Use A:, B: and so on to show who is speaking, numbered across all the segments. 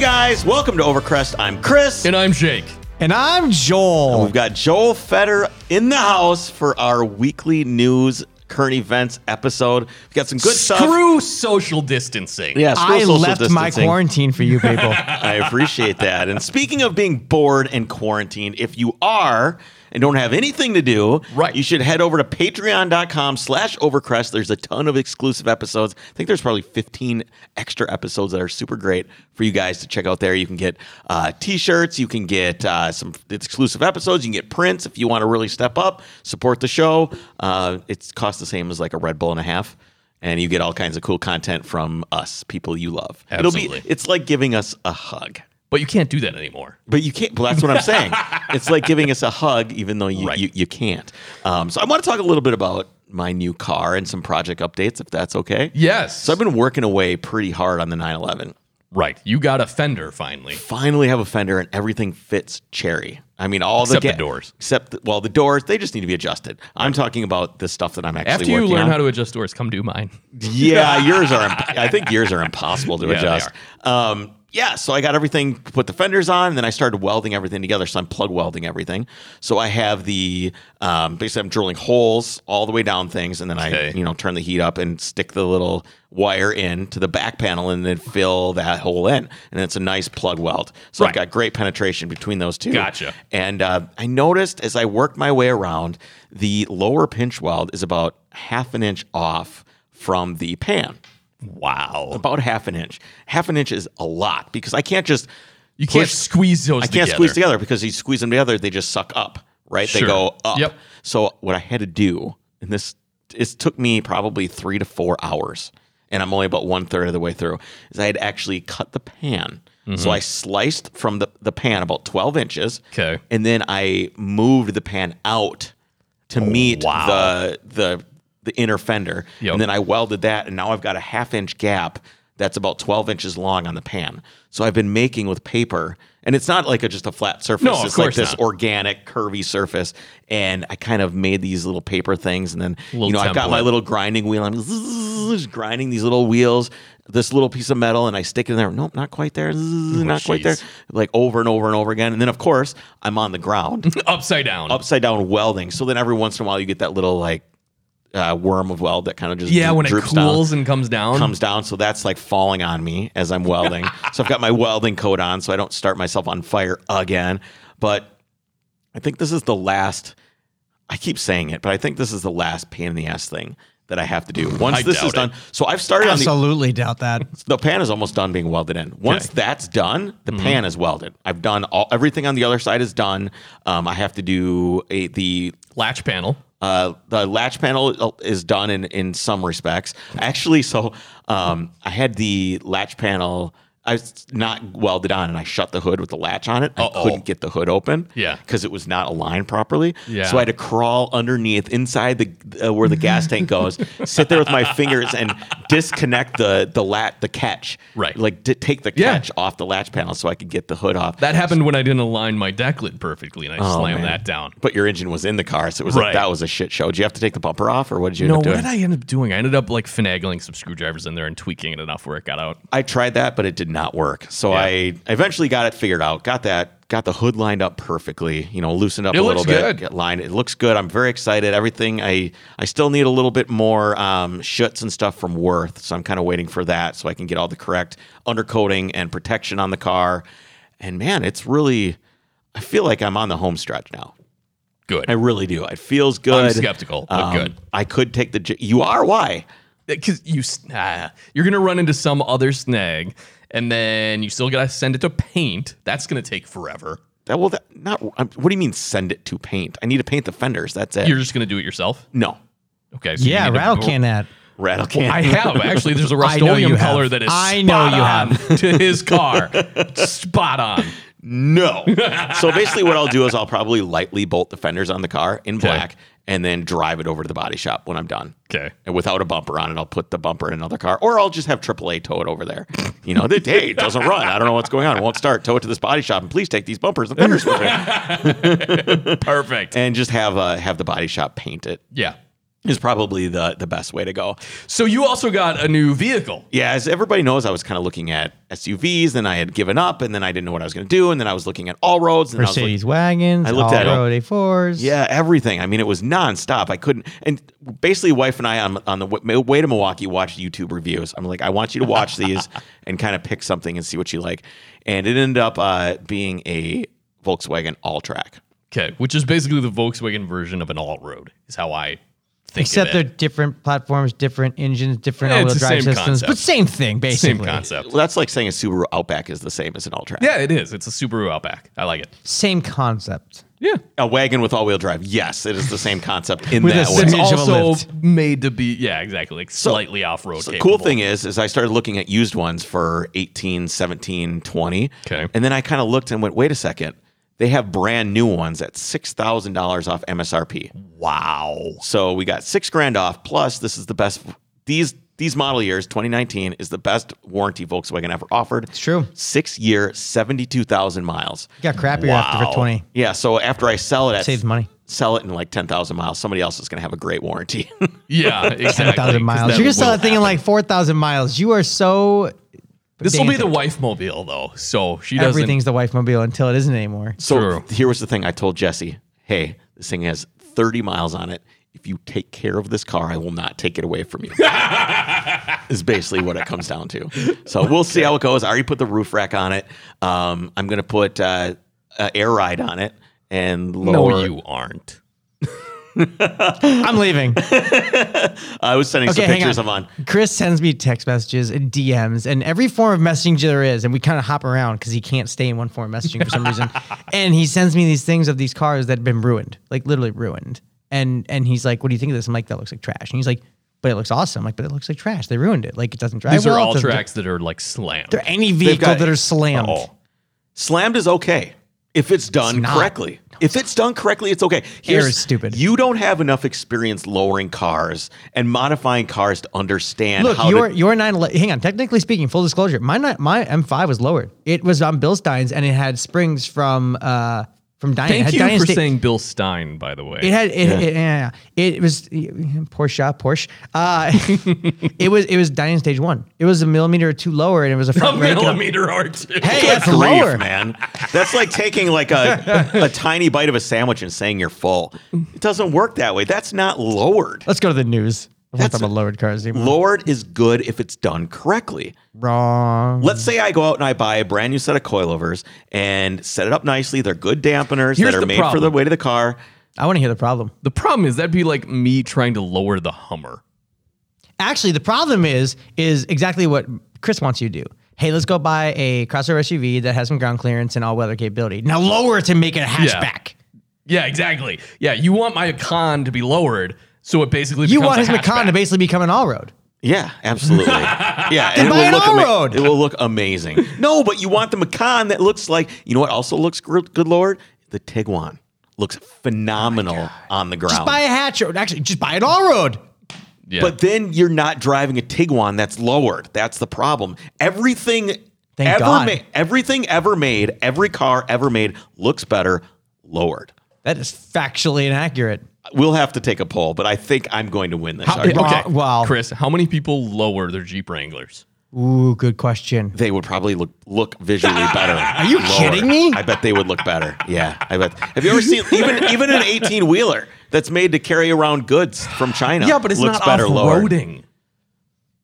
A: guys. Welcome to Overcrest. I'm Chris.
B: And I'm Jake.
C: And I'm
B: Oh,
C: Joel.
A: We've got Joel Fetter in the house for our weekly news current events episode. We've got some good stuff.
B: Screw social distancing.
A: Yeah, screw
C: I
A: social
C: left my
A: distancing.
C: quarantine for you people.
A: I appreciate that. And speaking of being bored and quarantined, if you are and don't have anything to do,
B: Right.
A: you should head over to patreon.com slash overcrest. There's a ton of exclusive episodes. I think there's probably 15 extra episodes that are super great for you guys to check out there. You can get uh, t-shirts. You can get uh, some exclusive episodes. You can get prints if you want to really step up, support the show. Uh, it's cost the same as like a Red Bull and a half. And you get all kinds of cool content from us, people you love. It'll be,
B: Absolutely.
A: it's like giving us a hug.
B: But you can't do that anymore.
A: But you can't. Well, that's what I'm saying. it's like giving us a hug, even though you,
B: Right.
A: you, you can't. Um, so I want to talk a little bit about my new car and some project updates, if that's okay.
B: Yes.
A: So I've been working away pretty hard on the 911.
B: right. You got a fender finally.
A: Finally, have a fender and everything fits cherry. I mean, all
B: Except
A: the,
B: the doors.
A: Except the, well, the doors they just need to be adjusted. I'm talking about the stuff that I'm actually
B: After you
A: working
B: learn
A: on.
B: how to adjust doors, come do mine.
A: Yeah, yours are. imp- I think yours are impossible to
B: Yeah, they
A: adjust. Um, yeah, so I got everything, put the fenders on, and then I started welding everything together. So I'm plug welding everything. So I have the um, basically I'm drilling holes all the way down things, and then I
B: Okay.
A: you know turn the heat up and stick the little wire in to the back panel, and then fill that hole in, and it's a nice plug weld. So I've
B: Right.
A: got great penetration between those two.
B: Gotcha.
A: And uh, I noticed as I worked my way around, the lower pinch weld is about half an inch off from the pan.
B: Wow.
A: About half an inch. Half an inch is a lot because I can't just
B: You can't
A: push-
B: squeeze those
A: I can't
B: together.
A: squeeze together because you squeeze them together, they just suck up, right? They
B: Sure.
A: go up.
B: Yep.
A: So what I had to do, and this it took me probably three to four hours, and I'm only about one third of the way through, is I had actually cut the pan.
B: Mm-hmm.
A: So I sliced from the, the pan about 12 inches.
B: Okay.
A: And then I moved the pan out to meet
B: Oh, wow.
A: the uh, the the inner fender.
B: Yep.
A: And then I welded that and now I've got a half inch gap that's about 12 inches long on the pan. So I've been making with paper and it's not like a, just a flat surface.
B: No, of
A: it's like
B: course
A: this
B: not.
A: organic curvy surface. And I kind of made these little paper things and then,
B: Little
A: you know, I've got my
B: template.
A: little grinding wheel. I'm just grinding these little wheels, this little piece of metal and I stick it in there. Nope, not quite there. Not quite there.
B: jeez.
A: Like over and over and over again. And then of course I'm on the ground
B: Upside down.
A: upside down welding. So then every once in a while you get that little like uh, worm of weld that kind of just
B: yeah,
A: dro-
B: when it
A: droops
B: cools
A: down,
B: and comes down.
A: comes down. So that's like falling on me as I'm welding. so I've got my welding coat on so I don't start myself on fire again. But I think this is the last. I keep saying it, but I think this is the last pain in the ass thing that I have to do. Once
B: I
A: this is
B: doubt
A: done, so I've started on the
C: Absolutely doubt that.
A: the pan is almost done being welded in. Once that's done, the
B: Mm-hmm.
A: pan is welded. I've done all everything on the other side is done. Um, I have to do a, the
B: Latch panel.
A: uh, the latch panel uh, is done in in some respects. Actually, so um, I had the latch panel. I was not welded on, and I shut the hood with the latch on it. I
B: Uh-oh.
A: couldn't get the hood open,
B: Yeah.
A: because it was not aligned properly.
B: Yeah.
A: So I had to crawl underneath, inside the uh, where the gas tank goes, sit there with my fingers and disconnect the the lat the catch,
B: Right.
A: Like di- take the
B: Yeah.
A: catch off the latch panel so I could get the hood off.
B: That happened when I didn't align my deck lid perfectly and I slammed
A: Oh, man.
B: that down.
A: but your engine was in the car, so it was like
B: Right.
A: that was a shit show. Did you have to take the bumper off, or what did you
B: No,
A: end up
B: what
A: doing?
B: did I end up doing? I ended up like finagling some screwdrivers in there and tweaking it enough where it got out.
A: I tried that, but it did not work. So I eventually got it figured out. Got that. Got the hood lined up perfectly. You know, loosened up
B: It
A: a
B: looks
A: little bit.
B: good.
A: Get lined. It looks good. I'm very excited. Everything. I I still need a little bit more um, shuts and stuff from Worth. So I'm kind of waiting for that so I can get all the correct undercoating and protection on the car. And man, it's really. I feel like I'm on the home stretch now.
B: Good.
A: I really do. It feels good. Um,
B: I'm skeptical, but good.
A: I could take the. J- You are why.
B: because you s- ah, you're gonna run into some other snag, and then you still gotta send it to paint. That's gonna take forever.
A: That well, that, not. I'm, what do you mean? Send it to paint? I need to paint the fenders. That's it.
B: You're just gonna do it yourself.
A: no
B: Okay. so you
C: Yeah,
B: need to-
C: rattle can that.
A: rattle can.
B: I have actually. There's a
C: I know you
B: Rust-Oleum
C: have.
B: color that is.
C: I know
B: spot
C: you
B: on to his car. spot on.
A: no. so basically, what I'll do is I'll probably lightly bolt the fenders on the car in black, and then drive it over to the body shop when I'm done.
B: Okay.
A: And without a bumper on it, I'll put the bumper in another car, or I'll just have AAA tow it over there. You know, they, hey, it doesn't run. I don't know what's going on. It won't start. Tow it to this body shop, and please take these bumpers and fenders with me,
B: Perfect.
A: and just have uh, have the body shop paint it.
B: yeah.
A: is probably the the best way to go.
B: So you also got a new vehicle.
A: Yeah, as everybody knows, I was kind of looking at SUVs, then I had given up, and then I didn't know what I was going to do, and then I was looking at all roads, and I was
C: Mercedes wagons,
A: I looked at it.
C: all-road A4s.
A: Yeah, everything. I mean, it was nonstop. I couldn't. And basically, wife and I on on the w- way to Milwaukee watched YouTube reviews. I'm like, I want you to watch these and kind of pick something and see what you like. And it ended up uh, being a Volkswagen All Track.
B: Okay, which is basically the Volkswagen version of an all-road, is how I think
C: Except
B: of
C: they're
B: it.
C: different platforms, different engines, different
B: Yeah,
C: all-wheel
B: it's the
C: drive
B: same
C: systems,
B: concept.
C: but same thing basically.
B: same concept.
A: Well, that's like saying a Subaru Outback is the same as an All Track.
B: Yeah, it is. It's a Subaru Outback. I like it.
C: Same concept.
B: Yeah.
A: A wagon with all wheel drive. Yes, it is the same concept in
C: With
A: that
C: a
A: way.
B: It's
C: Image of a
B: also
C: lift.
B: made to be, yeah, exactly, like slightly off-road.
A: So the
B: capable.
A: cool thing is is i started looking at used ones for 18 17 20
B: Okay.
A: and then i kind of looked and went wait a second they have brand new ones at $6000 off msrp
B: wow.
A: so we got six grand off plus this is the best these these model years 2019 is the best warranty volkswagen ever offered it's
C: true.
A: six year 72000 miles
C: Got crappier after for
B: Wow.
C: 20.
A: yeah so after i sell it at
C: Saves money.
A: sell it in like 10000 miles somebody else is going to have a great warranty
B: Yeah, exactly. 'cause
C: thousand miles.
B: that
C: You're gonna sell
B: will
C: that thing in
B: happen.
C: like four thousand miles. You are so.
B: This will be the
C: pedantic.
B: wife mobile though, so she doesn't.
C: Everything's the wife mobile until it isn't anymore.
A: So
B: True.
A: here was the thing I told Jesse, hey, this thing has 30 miles on it. If you take care of this car, I will not take it away from you. is basically what it comes down to. So we'll see how it goes. I already put the roof rack on it. Um, I'm going to put uh, uh, air ride on it and
B: No,
A: lower.
B: you aren't.
C: I'm leaving.
A: I was sending
C: Okay,
A: some
C: hang
A: pictures
C: on.
A: of on.
C: Chris sends me text messages and DMs and every form of messaging there is, and we kind of hop around because he can't stay in one form of messaging for some reason. And he sends me these things of these cars that have been ruined, like literally ruined. And and he's like, "What do you think of this?" I'm like, "That looks like trash." And he's like, "But it looks awesome." I'm like, "But it looks like trash. They ruined it. Like it doesn't drive
B: These
C: well.
B: are
C: it
B: all
C: doesn't-
B: tracks that are like slammed.
C: There are any vehicle
A: got-
C: that are slammed.
A: Oh. Slammed is okay if it's done
C: not.
A: correctly. If it's done correctly, it's okay. Here's-
C: is stupid.
A: You don't have enough experience lowering cars and modifying cars to understand
C: Look,
A: how
C: your
A: to
C: your nine eleven. Hang on. Technically speaking, full disclosure, my ni- my M5 was lowered. It was on Bilstein's and it had springs from uh from Dyna. it
B: Thank
C: had
B: you
C: Dyna
B: for
C: Sta-
B: saying Bill Stein, by the way.
C: It had it. Yeah. It, yeah, yeah. it was Porsche. Porsche. Uh, it was it was Dyna Stage One. It was a millimeter or two lower, and it was a
B: a
C: front rake. and a-
B: millimeter or two.
C: Hey,
A: Good
C: that's
A: grief,
C: lower.
A: man. That's like taking like a, a tiny bite of a sandwich and saying you're full. It doesn't work that way. That's not lowered.
C: Let's go to the news. I'm not
A: That's-
C: talking about lowered cars anymore.
A: Lowered is good if it's done correctly.
C: Wrong.
A: Let's say I go out and I buy a brand new set of coilovers and set it up nicely. They're good dampeners
B: Here's
A: that are
B: the
A: made for
B: problem.
A: the weight of the car.
C: I want to hear the problem.
B: The problem is that'd be like me trying to lower the Hummer.
C: Actually, the problem is is exactly what Chris wants you to do. Hey, let's go buy a crossover SUV that has some ground clearance and all weather capability. Now lower it to make it a hatchback.
B: Yeah, exactly. Yeah, you want my Econ to be lowered, so it basically
C: You
B: becomes
C: want
B: a
C: his Macan to
B: hatchback.
C: basically become an all road.
A: Yeah, absolutely. Yeah, and
C: buy an
A: ama-
C: all-road.
A: it will look amazing. No, but you want the Macan that looks like you know what also looks gr- good, Lord? The Tiguan looks phenomenal on the ground.
C: Buy a hatch road. Actually, just buy an all road.
B: Yeah.
A: But then you're not driving a Tiguan that's lowered. That's the problem. Everything
C: Thank
A: ever
C: God.
A: ma- everything ever made, every car ever made looks better lowered.
C: That is factually inaccurate.
A: We'll have to take a poll, but I think I'm going to win this.
B: How-
A: argument.
B: okay,
C: wow.
B: Chris, how many people lower their Jeep Wranglers?
C: Ooh, good question.
A: They would probably look look visually better. Are
C: you kidding me?
A: I bet they would look better. Yeah, I bet. Have you ever seen even even an 18 wheeler that's made to carry around goods from China? looks better lowered.
B: off-roading.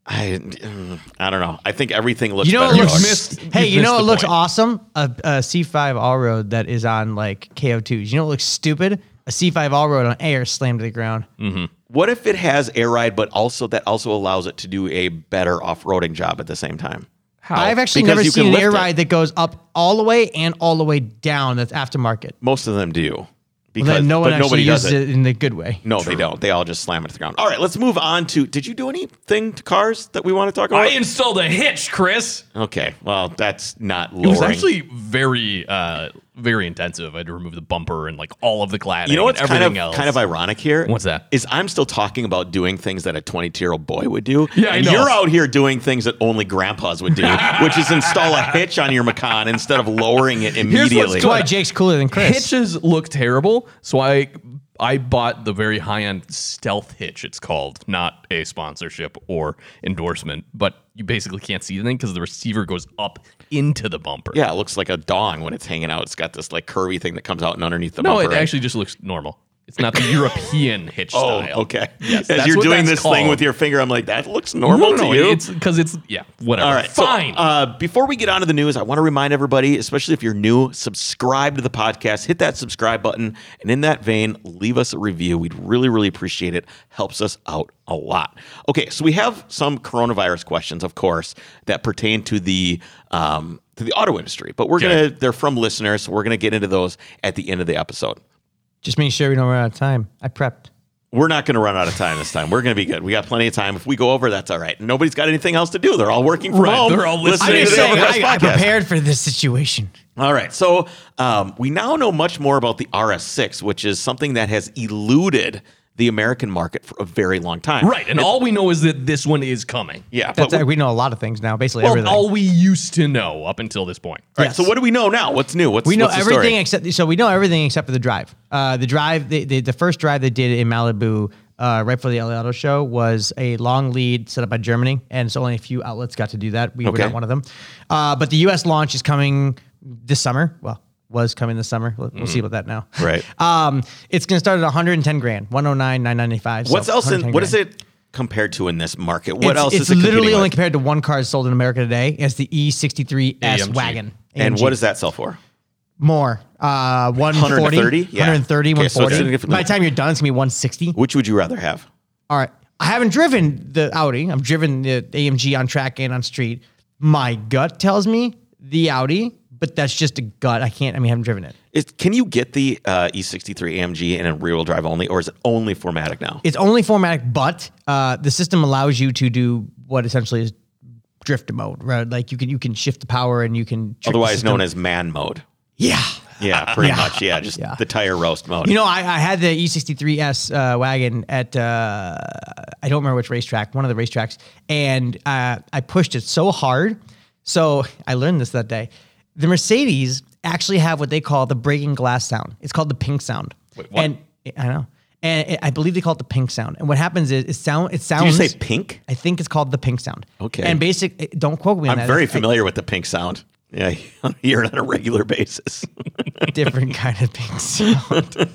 A: I, mm, I don't know. I think everything looks.
C: You know, it
A: better
B: You've
C: looks,
A: lowered.
B: missed-
C: hey,
B: you've
C: you know,
B: missed
C: it
B: the
C: looks
B: point.
C: awesome. A, a C5 all road that is on like KO2s. You know, it looks stupid. A C5 all road on air slammed to the ground.
A: Mm. What if it has air ride, but also that also allows it to do a better off-roading job at the same time?
B: How?
C: I've actually
A: Because
C: never
A: you can
C: seen an
A: lift
C: air
A: it.
C: ride that goes up all the way and all the way down. That's aftermarket.
A: Most of them do, because
C: Well, then no one
A: but
C: actually
A: nobody does
C: uses
A: it.
C: it. in the good way.
A: No, they don't. They all just slam it to the ground. All right, let's move on to. Did you do anything to cars that we want to talk about?
B: I installed a hitch, Chris.
A: okay, well that's not
B: It was
A: lowering.
B: actually very, uh, very intensive. I had to remove the bumper and like all of the cladding.
A: you know what's
B: and
A: kind
B: everything
A: of
B: else.
A: kind of ironic here?
B: What's that?
A: Is I'm still talking about doing things that a 22 year old boy would do.
B: Yeah, I
A: and
B: know.
A: you're out here doing things that only grandpas would do, which is install a hitch on your Macan instead of lowering it
B: what's
A: immediately.
B: going
C: That's why Jake's cooler than Chris.
B: hitches look terrible. So I I bought the very high end stealth hitch, it's called, not a sponsorship or endorsement, but you basically can't see anything because the receiver goes up into the bumper.
A: Yeah, it looks like a dong when it's hanging out. It's got this like curvy thing that comes out and underneath the
B: No,
A: bumper.
B: it
A: right?
B: actually just looks normal. It's not the European hitch
A: Oh,
B: style.
A: okay.
B: Yes,
A: As
B: that's
A: you're
B: what
A: doing
B: that's
A: this thing
B: called.
A: with your finger, I'm like, that looks
B: No,
A: normal
B: no, no,
A: to you.
B: It's because it's yeah, whatever.
A: All right, so,
B: fine.
A: uh, before we get onto the news, I want to remind everybody, especially if you're new, subscribe to the podcast, hit that subscribe button, and in that vein, leave us a review. We'd really, really appreciate it. Helps us out a lot. Okay, so we have some coronavirus questions, of course, that pertain to the um, to the auto industry, but we're
B: Okay.
A: gonna they're from listeners, so we're gonna get into those at the end of the episode.
C: Just make sure we don't run out of time. I prepped.
A: We're not going to run out of time this time. We're going to be good. We got plenty of time. If we go over, that's all right. Nobody's got anything else to do. They're all working from
B: Right,
A: home.
B: they're all listening
A: to
B: I'm just
A: the
B: saying,
A: Overcast
C: I, I
A: podcast.
C: prepared for this situation.
A: All right. So um, we now know much more about the RS6, which is something that has eluded the American market for a very long time.
B: right, and all we know is that this one is coming.
A: Yeah. But
C: That's, we know a lot of things now, basically
B: Well,
C: everything.
B: all we used to know up until this point.
A: all right, So what do we know now? What's new? What's
C: We know
A: what's the
C: everything
A: story?
C: except so we know everything except for the drive. Uh, the drive, they, they, the first drive they did in Malibu, uh, right before the LA Auto Show, was a long lead set up by Germany, and so only a few outlets got to do that. We
A: Okay.
C: were not one of them. Uh, but the U.S. launch is coming this summer. Well, was coming this summer. We'll, we'll see about that now.
A: Mm. Right.
C: Um, it's going to start at 110 grand, 109 995.
A: What's else in what is it compared to in this market? What
C: it's,
A: else
C: it's
A: is it competing
C: literally only
A: with?
C: compared to one car sold in America today. It's the E63S
B: AMG.
C: wagon.
A: and
C: AMG.
A: what does that sell for?
C: More. Uh, 140,
A: 130? Yeah.
C: 130,
A: Okay, so it's
C: 140.
A: significantly-
C: By the time you're done, it's going to be 160.
A: Which would you rather have?
C: All right. I haven't driven the Audi. I've driven the AMG on track and on street. My gut tells me the Audi, but that's just a gut. I can't, I mean, I haven't driven it.
A: Is, can you get the uh, E63 AMG in a rear wheel drive only, or is it only 4MATIC now?
C: It's only formatic, but uh, the system allows you to do what essentially is drift mode, right? Like you can you can shift the power and you can trick the
A: Otherwise
C: system.
A: known as man mode.
C: yeah.
A: Yeah, pretty much. Yeah, just
C: Yeah.
A: the tire roast mode.
C: You know, I, I had the E63S uh, wagon at uh, I don't remember which racetrack, one of the racetracks, and uh, I pushed it so hard. So I learned this that day. The Mercedes actually have what they call the breaking glass sound. It's called the pink sound. Wait,
B: what?
C: And I know, and it, I believe they call it the pink sound. And what happens is it sound it
A: Did you
C: sounds.
A: say pink?
C: I think it's called the pink sound.
A: Okay.
C: And basic, don't quote me on
A: I'm
C: that.
A: very
C: It's
A: familiar with the pink sound. Yeah, I hear it on a regular basis.
C: a different kind of pink sound.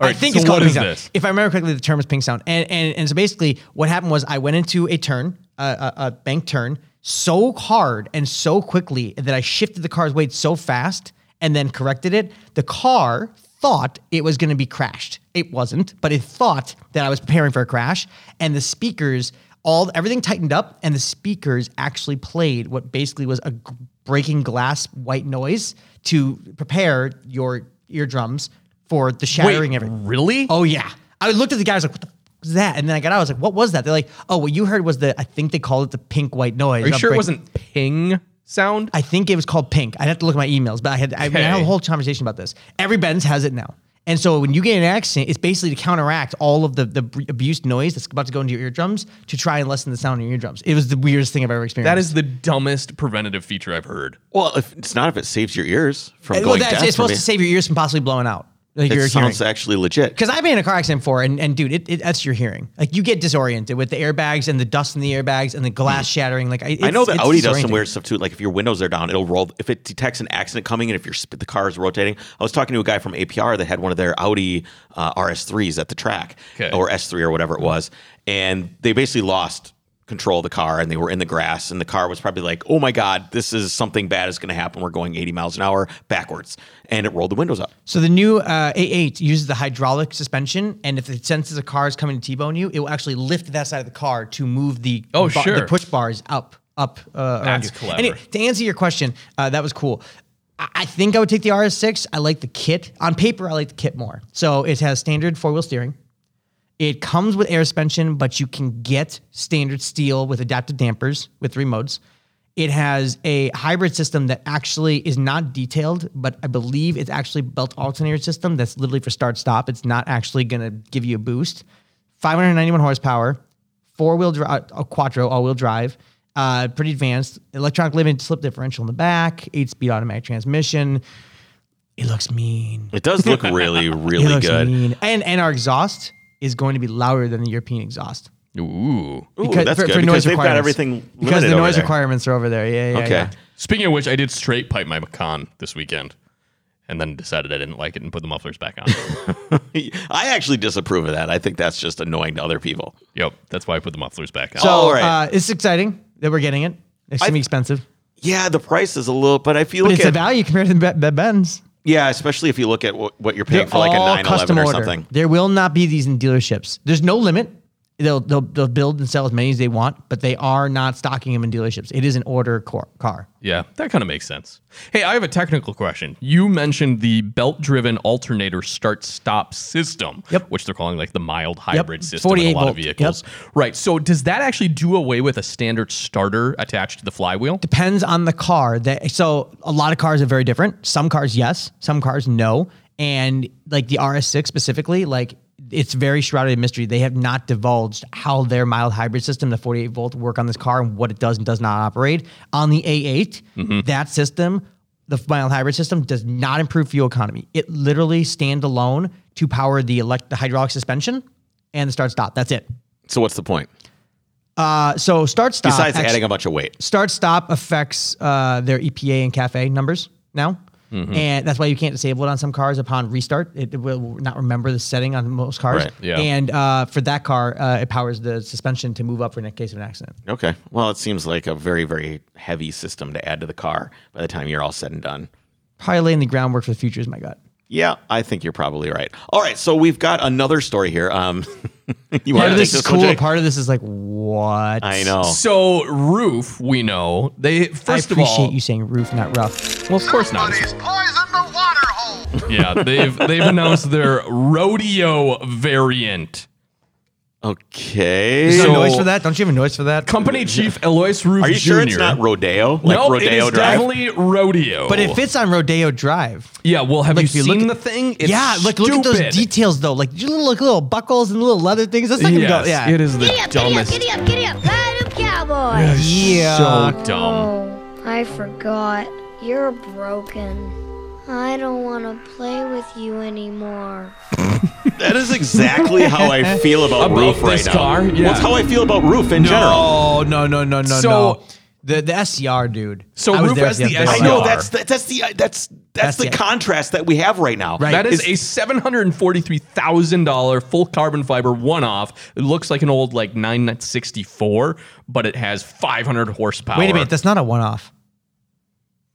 C: I think
B: so
C: it's
B: what
C: called a pink
B: is
C: sound.
B: this?
C: If I remember correctly, the term is pink sound. And and, and so basically, what happened was I went into a turn, a, a, a bank turn, so hard and so quickly that I shifted the car's weight so fast and then corrected it. The car thought it was going to be crashed. It wasn't, but it thought that I was preparing for a crash. And the speakers, all everything tightened up, and the speakers actually played what basically was a g- breaking glass white noise to prepare your eardrums for the shattering everything.
B: really?
C: Oh yeah. I looked at the guy. I was like, "What the f- is that?" And then I got out. I was like, "What was that?" They're like, "Oh, what you heard was the I think they called it the pink white noise."
B: Are you sure it wasn't ping sound?
C: I think it was called pink. I'd have to look at my emails, but I had I, mean, I had
B: Okay.
C: a whole conversation about this. Every Benz has it now. And so when you get in an accident, it's basically to counteract all of the, the b- abuse noise that's about to go into your eardrums to try and lessen the sound in your eardrums. It was the weirdest thing I've ever experienced.
B: That is the dumbest preventative feature I've heard.
A: well, if, it's not if it saves your ears from
C: well,
A: going
C: that's,
A: deaf.
C: it's
A: I
C: supposed
A: mean,
C: to save your ears from possibly blowing out. Like
A: it
C: your hearing.
A: sounds actually legit.
C: Because I've been in a car accident before, and, and dude, it, it that's your hearing. Like you get disoriented with the airbags and the dust in the airbags and the glass shattering. Like I,
A: Hmm. I know that
C: it's- it's
A: Audi does some
C: disorienting.
A: weird stuff too. Like if your windows are down, it'll roll. If it detects an accident coming, and if your sp- the car is rotating, I was talking to a guy from APR that had one of their Audi uh, RS3s at the track,
B: Okay.
A: or S3 or whatever it was, and they basically lost control of the car and they were in the grass and the car was probably like, oh my god, this is something bad is going to happen. We're going 80 miles an hour backwards, and it rolled the windows up.
C: So the new uh, A8 uses the hydraulic suspension, and if it senses a car is coming to T-bone you, it will actually lift that side of the car to move the
B: Oh,
C: bu-
B: sure.
C: the push bars up up. Uh, around
B: That's
C: you.
B: clever.
C: Anyway, to answer your question, uh, that was cool. I- I think I would take the RS6. I like the kit. On paper, I like the kit more. So it has standard four-wheel steering. It comes with air suspension, but you can get standard steel with adaptive dampers with three modes. It has a hybrid system that actually is not detailed, but I believe it's actually built alternator system that's literally for start stop. It's not actually going to give you a boost. 591 horsepower, four wheel drive, a quattro all wheel drive, uh, pretty advanced. Electronic limited slip differential in the back, eight speed automatic transmission It looks mean.
A: It does look really, really
C: it looks
A: good.
C: mean. And and our exhaust is going to be louder than the European exhaust.
B: Ooh.
A: Ooh, that's good because they've got everything
C: Because
A: limited
C: the
A: over
C: noise
A: there.
C: requirements are over there. Yeah, yeah.
A: Okay.
C: yeah.
B: Speaking of which, I did straight pipe my pecan this weekend and then decided I didn't like it and put the mufflers back on.
A: I actually disapprove of that. I think that's just annoying to other people.
B: yep. That's why I put the mufflers back on.
C: So
A: All right.
C: uh, it's exciting that we're getting it. It's gonna be expensive,
A: Yeah, the price is a little, but I feel
C: but
A: like
C: it's a value compared to the Be- Be- Benz.
A: yeah, especially if you look at what, what you're paying for like a
C: all
A: 911 or something.
C: There will not be these in dealerships. There's no limit. They'll, they'll they'll build and sell as many as they want, but they are not stocking them in dealerships. It is an order cor- car.
B: yeah, that kind of makes sense. Hey, I have a technical question. You mentioned the belt driven alternator start stop system,
C: Yep.
B: which they're calling like the mild hybrid system in a
C: 48
B: lot of
C: volt. Yep.
B: vehicles. Right. So does that actually do away with a standard starter attached to the flywheel?
C: depends on the car that so a lot of cars are very different some cars yes some cars no and like the rs6 specifically like it's very shrouded in mystery they have not divulged how their mild hybrid system the 48 volt work on this car and what it does and does not operate on the a8 that system the mild hybrid system does not improve fuel economy it literally stand alone to power the elect the hydraulic suspension and the start stop that's it
A: So what's the point?
C: uh, so start stop
A: Besides
C: actually-
A: adding a bunch of weight.
C: start stop affects uh, their EPA and CAFE numbers now.
A: Mm-hmm.
C: And that's why you can't disable it on some cars upon restart. It will not remember the setting on most cars.
A: Right,
B: yeah.
C: And uh, for that car, uh, it powers the suspension to move up in case of an accident.
A: Okay. Well, it seems like a very, very heavy system to add to the car by the time you're all said and done.
C: Probably laying the groundwork for the future is my gut.
A: Yeah, I think you're probably right. All right, so we've got another story here. Um, you
C: Part
A: want to
C: of
A: take
C: this is
A: this one,
C: cool.
A: Jake?
C: Part of this is like, what?
A: I know.
B: So roof, we know they
C: I
B: first of
C: appreciate
B: all,
C: you saying roof, not rough.
B: well, of course not.
D: Somebody's poisoned the water hole.
B: Yeah, they've they've announced their rodeo variant.
A: Okay.
C: You
B: So-
C: have a noise for that? Don't you have a noise for that?
B: Company chief Elois Roof
A: are you
B: Jr.
A: sure it's not rodeo? Like
B: no,
A: rodeo
B: it is
A: drive?
B: definitely rodeo.
C: but it fits on Rodeo Drive.
B: Yeah, well, have
C: Like,
B: you
C: if you look
B: seen
C: at-
B: the thing? It's
C: yeah, look, look at
B: stupid.
C: those details though. Like your little, little buckles and little leather things. That's not gonna
B: Yes,
C: go. Yeah,
B: it is the
E: Giddy up, giddy up,
B: dumbest.
E: giddy up, giddy up. Ride up, cowboy.
C: Yeah.
B: So dumb.
E: Oh, I forgot. You're broken. I don't want to play with you anymore.
A: That is exactly how I feel about,
B: About
A: roof right
B: this
A: now.
B: car? Yeah.
A: That's how I feel about roof in general.
C: Oh no no no no
B: So-
C: no. The the SCR dude.
B: So
C: I was
B: Roof
C: there
B: has
C: at
B: the E
C: other
A: I
B: SCR.
C: day.
A: know that's the, that's the that's that's, the
C: it.
A: contrast that we have right now.
C: Right.
B: That is
A: It's-
B: a seven hundred and forty-three thousand dollar full carbon fiber one-off. It looks like an old like nine sixty-four, but it has five hundred horsepower.
C: Wait a minute, that's not a one off.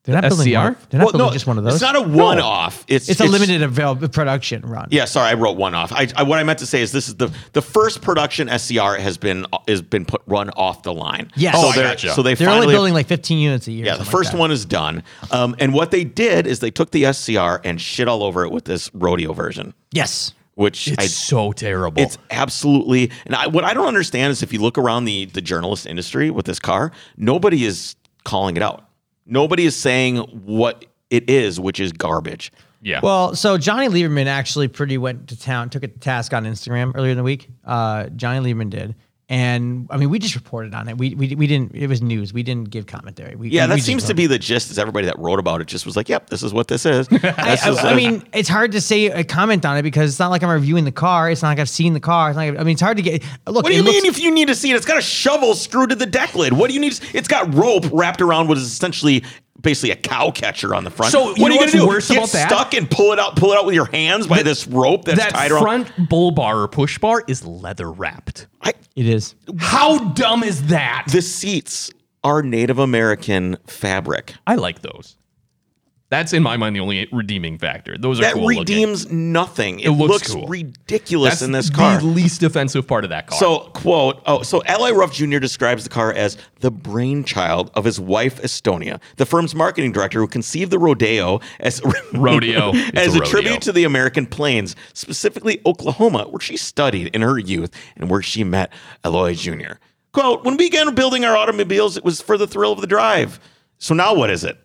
C: They're not building
B: SCR?
C: one. They're not
A: well,
C: building
A: no,
C: just one of those.
A: It's not a one-off. It's
C: It's a limited available production run.
A: Yeah, sorry, I wrote one off. I, I what I meant to say is this is the the first production SCR has been has been put run off the line.
C: Yes.
A: so
C: Oh, I
A: they're-
B: gotcha.
A: so they
C: They're
A: finally
C: only building like 15 units a year.
A: yeah, the first one is done. Um, and what they did is they took the SCR and shit all over it with this rodeo version,
C: Yes.
A: which
B: It's
A: I
B: so terrible.
A: it's absolutely and I, what I don't understand is if you look around the the journalist industry with this car, nobody is calling it out. Nobody is saying what it is, which is garbage.
B: yeah.
C: Well, so Johnny Lieberman actually pretty went to town, took it to task on Instagram earlier in the week. Uh, Johnny Lieberman did. And I mean, we just reported on it. We, we, we didn't, it was news. We didn't give commentary. We,
A: Yeah,
C: we
A: that
C: just
A: seems to
C: wrote.
A: be the gist. Is everybody that wrote about it just was like, "Yep, this is what this is."
C: I,
A: This is-
C: I- I mean, it's hard to say a comment on it because it's not like I'm reviewing the car. It's not like I've seen the car. It's not like, I mean, it's hard to get. Look,
A: what do
C: it
A: you
C: looks-
A: mean if you need to see it? It's got a shovel screwed to the deck lid. What do you need? It's got rope wrapped around what is essentially basically a cow catcher on the front.
B: So,
A: what
B: you
A: are
B: know
A: you
B: what's
A: gonna do?
B: worse
A: Get
B: about that?
A: stuck and pull it out, pull it out with your hands by this rope that's
B: that
A: tied around.
B: front bull bar or push bar is leather wrapped.
A: I,
C: It is.
B: How dumb is that?
A: the seats are Native American fabric.
B: I like those. That's in my mind the only redeeming factor. Those are
A: That
B: cool Looking.
A: redeems nothing. It,
B: looks
A: looks,
B: cool.
A: ridiculous
B: That's
A: in this car.
B: the least offensive part of that car.
A: So quote oh so L.A. Ruff Jr. describes the car as the brainchild of his wife Estonia, the firm's marketing director who conceived the rodeo as
B: Rodeo. It's
A: as
B: a
A: a,
B: rodeo.
A: tribute to the American plains, specifically Oklahoma, where she studied in her youth and where she met Eloy Jr. Quote, when we began building our automobiles, it was for the thrill of the drive. So now what is it?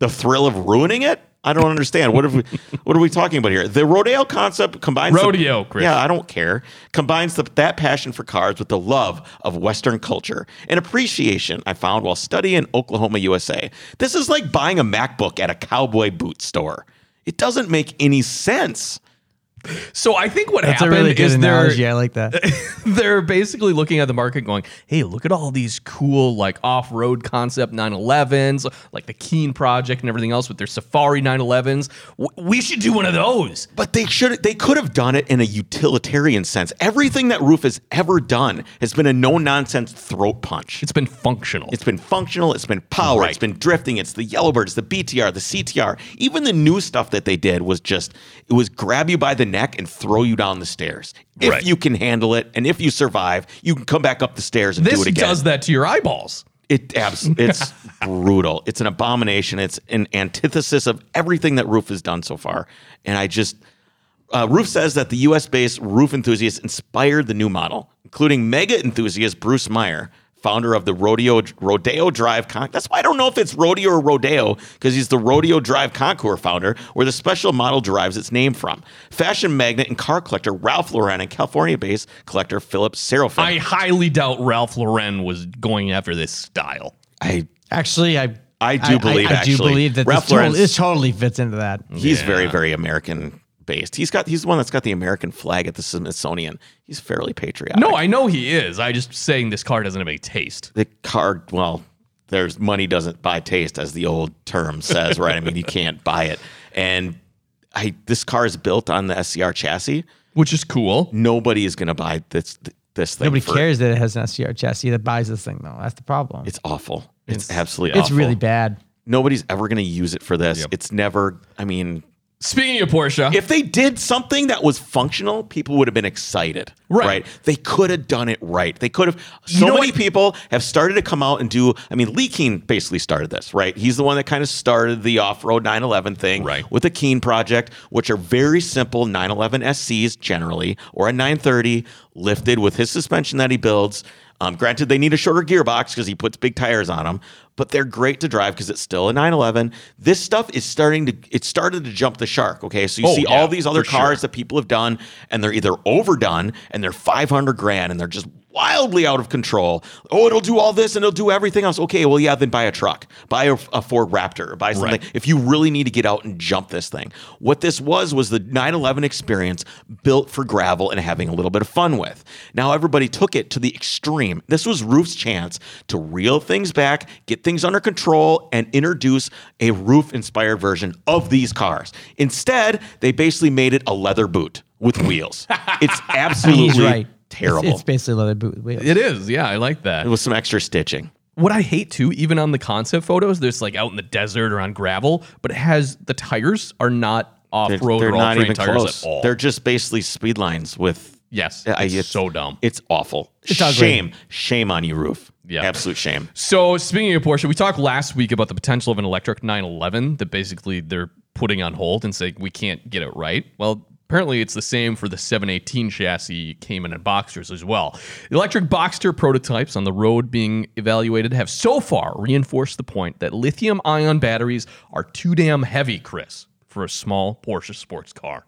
A: The thrill of ruining it? I don't understand. What, have we, what are we talking about here? The rodeo concept combines the-
B: Rodeo, Chris.
A: Yeah, I don't care. Combines the, that passion for cars with the love of Western culture, an appreciation I found while studying in Oklahoma, USA. This is like buying a MacBook at a cowboy boot store. It doesn't make any sense.
B: So I think what
C: That's a
B: happened
C: really good
B: is
C: analogy.
B: they're
C: I like that.
B: they're basically looking at the market going, hey, look at all these cool like off-road concept 911s, like the Keen project and everything else with their Safari 911s. W- We should do one of those.
A: But they should they could have done it in a utilitarian sense. Everything that Roof has ever done has been a no-nonsense throat punch.
B: It's been functional.
A: It's been functional. It's been power. It's been drifting. It's the Yellowbird. It's the BTR, the CTR. Even the new stuff that they did was just, it was grab you by the neck and throw you down the stairs. If
B: Right.
A: you can handle it and if you survive, you can come back up the stairs and do
B: this
A: it again.
B: does that to your eyeballs.
A: It abs- it's brutal. It's an abomination. It's an antithesis of everything that Roof has done so far. And I just uh, Roof says that the U.S. based roof enthusiasts inspired the new model, including mega enthusiast Bruce Meyer, founder of the Rodeo Rodeo Drive. Con- That's why I don't know if it's Rodeo or Rodeo because he's the Rodeo Drive Concours founder, where the special model derives its name from. Fashion magnate and car collector Ralph Lauren and California-based collector Philip Serafin.
B: I highly doubt Ralph Lauren was going after this style.
A: I
C: Actually, I
A: I do believe,
C: I, do
A: actually.
C: believe that
A: Ralph
C: this, totally,
A: Lauren's- Mm.
C: this totally fits into that.
A: He's very, very American based. He's got he's the one that's got the American flag at the Smithsonian. He's fairly patriotic.
B: No, I know he is. I just saying this car doesn't have any taste.
A: the card. Well, there's money doesn't buy taste, as the old term says, right? I mean, you can't buy it. And I this car is built on the SCR chassis.
B: Which is
A: Mm.
B: cool.
A: Nobody is going to buy this this thing.
C: Nobody
A: for-
C: cares that it has an SCR chassis that buys this thing though. That's the problem. It's,
A: It's awful. It's, absolutely awful.
C: really bad.
A: Nobody's ever going to use it for this. It's never. I mean,
B: Speaking of Porsche,
A: if they did something that was functional, people would have been excited.
B: Right.
A: They could have done it right. They could have. So
B: know
A: many
B: what-
A: people have started to come out and do. I mean, Lee Keen basically started this, right? He's the one that kind of started the off road 911 thing
B: Right.
A: with the Keen project, which are very simple 911 SCs generally, or a 930 lifted with his suspension that he builds. Um, granted, they need a shorter gearbox because he puts big tires on them, but they're great to drive because it's still a 911. This stuff is starting to it started to jump the shark. Okay, so you
B: Oh,
A: see
B: yeah,
A: all these other
B: for sure.
A: cars that people have done, and they're either overdone and they're 500 grand and they're just wildly out of control. Oh, it'll do all this and it'll do everything else. Okay, well, yeah, then buy a truck, buy a, a Ford Raptor, buy something.
B: Right.
A: If you really need to get out and jump this thing, what this was was the 911 experience built for gravel and having a little bit of fun with. Now everybody took it to the extreme. This was Roof's chance to reel things back, get things under control, and introduce a roof inspired version of these cars. Instead, they basically made it a leather boot with wheels. It's
C: He's
A: absolutely
C: right.
A: terrible.
C: It's, it's basically leather boot with wheels.
B: it is. Yeah, I like that.
A: with some extra stitching.
B: What I hate too, even on the concept photos, there's like out in the desert or on gravel, but it has the tires are not off
A: They're,
B: road
A: they're
B: or all
A: not
B: terrain
A: even
B: tires
A: close.
B: at all.
A: They're just basically speed lines with
B: yes,
A: I-
B: it's so dumb.
A: It's awful.
C: ugly.
A: shame. Shame on you, Roof.
B: Yeah.
A: Absolute shame.
B: So speaking of Porsche, we talked last week about the potential of an electric 911 that basically they're putting on hold and saying we can't get it right. Well, apparently it's the same for the 718 chassis Cayman and Boxsters as well. The electric Boxster prototypes on the road being evaluated have so far reinforced the point that lithium-ion batteries are too damn heavy, Chris, for a small Porsche sports car.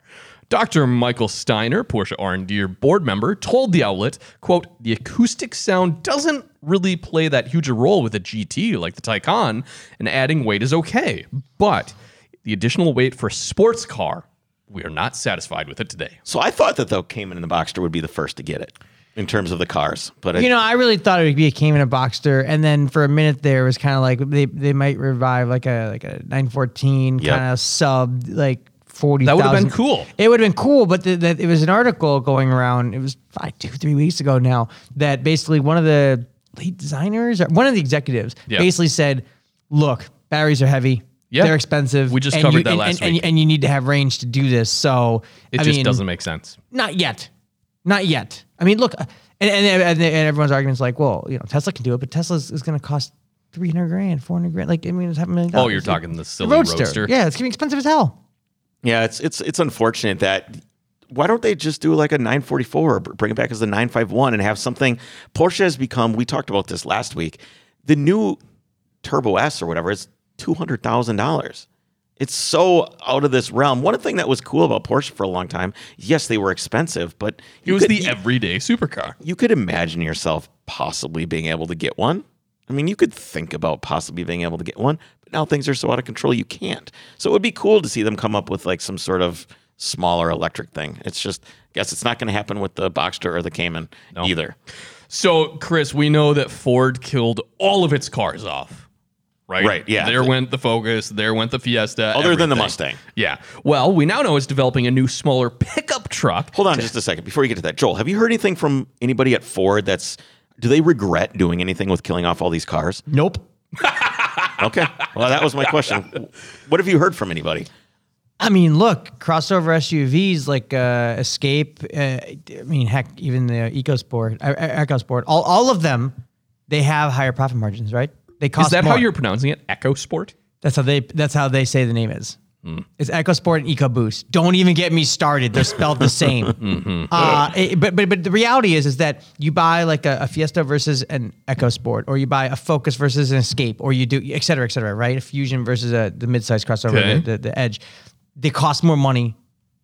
B: Dr. Michael Steiner, Porsche R&D board member, told the outlet, quote, "The acoustic sound doesn't really play that huge a role with a GT like the Taycan, and adding weight is okay, but the additional weight for a sports car, we are not satisfied with it today."
A: So I thought that the Cayman and the Boxster would be the first to get it in terms of the cars, but
C: You
A: I,
C: know, I really thought it would be a Cayman and a Boxster, and then for a minute there it was kind of like they, they might revive like a like a 914
A: Yep.
C: kind of sub like forty.
B: That would've been cool.
C: It would have been cool, but the, the, it was an article going around. It was five, two, three weeks ago now that basically one of the lead designers or one of the executives
B: Yeah.
C: basically said, "Look, batteries are heavy."
B: Yeah.
C: They're expensive.
B: We just
C: and
B: covered
C: you-
B: that
C: and-
B: last
C: and,
B: week.
C: And, and you need to have range to do this. So
B: It
C: I
B: just
C: mean,
B: doesn't make sense.
C: not yet. Not yet. I mean, look, uh, and and, and, and everyone's argument's like, well, you know, Tesla can do it, but Tesla is going to cost three hundred grand, four hundred grand. Like, I mean, it's half a million dollars.
B: Oh, you're
C: Like,
B: talking the silly
C: roadster.
B: roadster.
C: Yeah, it's going to be expensive as hell.
A: yeah, it's it's it's unfortunate that why don't they just do like a 944 or bring it back as the 951 and have something Porsche has become we talked about this last week. The new Turbo S or whatever is $200,000. It's so out of this realm. One thing that was cool about Porsche for a long time, yes, they were expensive, but
B: It
A: you
B: was
A: could-
B: the
A: you-
B: everyday supercar.
A: you could imagine yourself possibly being able to get one. I mean, you could think about possibly being able to get one, but now things are so out of control you can't. So it would be cool to see them come up with like some sort of smaller electric thing. It's just guess it's not going to happen with the Boxster or the Cayman either.
B: So, Chris, we know that Ford killed all of its cars off. Right?
A: Right, yeah.
B: There went the Focus, there went the Fiesta.
A: Other than the
B: everything.
A: Mustang.
B: Yeah. Well, we now know it's developing a new smaller pickup truck.
A: Hold on just a second before you get to that. Joel, have you heard anything from anybody at Ford that's do they regret doing anything with killing off all these cars?
C: Nope.
A: Okay. Well, that was my question. What have you heard from anybody?
C: I mean, look, crossover SUVs like uh, Escape. Uh, I mean, heck, even the EcoSport, uh, EcoSport, all all of them, they have higher profit margins, right? They cost.
B: Is that how
C: more.
B: you're pronouncing it? Echo Sport?
C: That's how they. That's how they say the name is. It's EcoSport and EcoBoost. Don't even get me started. They're spelled the same. uh, it- but but but the reality is is that you buy like a, a Fiesta versus an EcoSport, or you buy a Focus versus an Escape, or you do et cetera, et cetera, right? A Fusion versus a the midsize crossover,
B: Okay.
C: the, the the Edge. They cost more money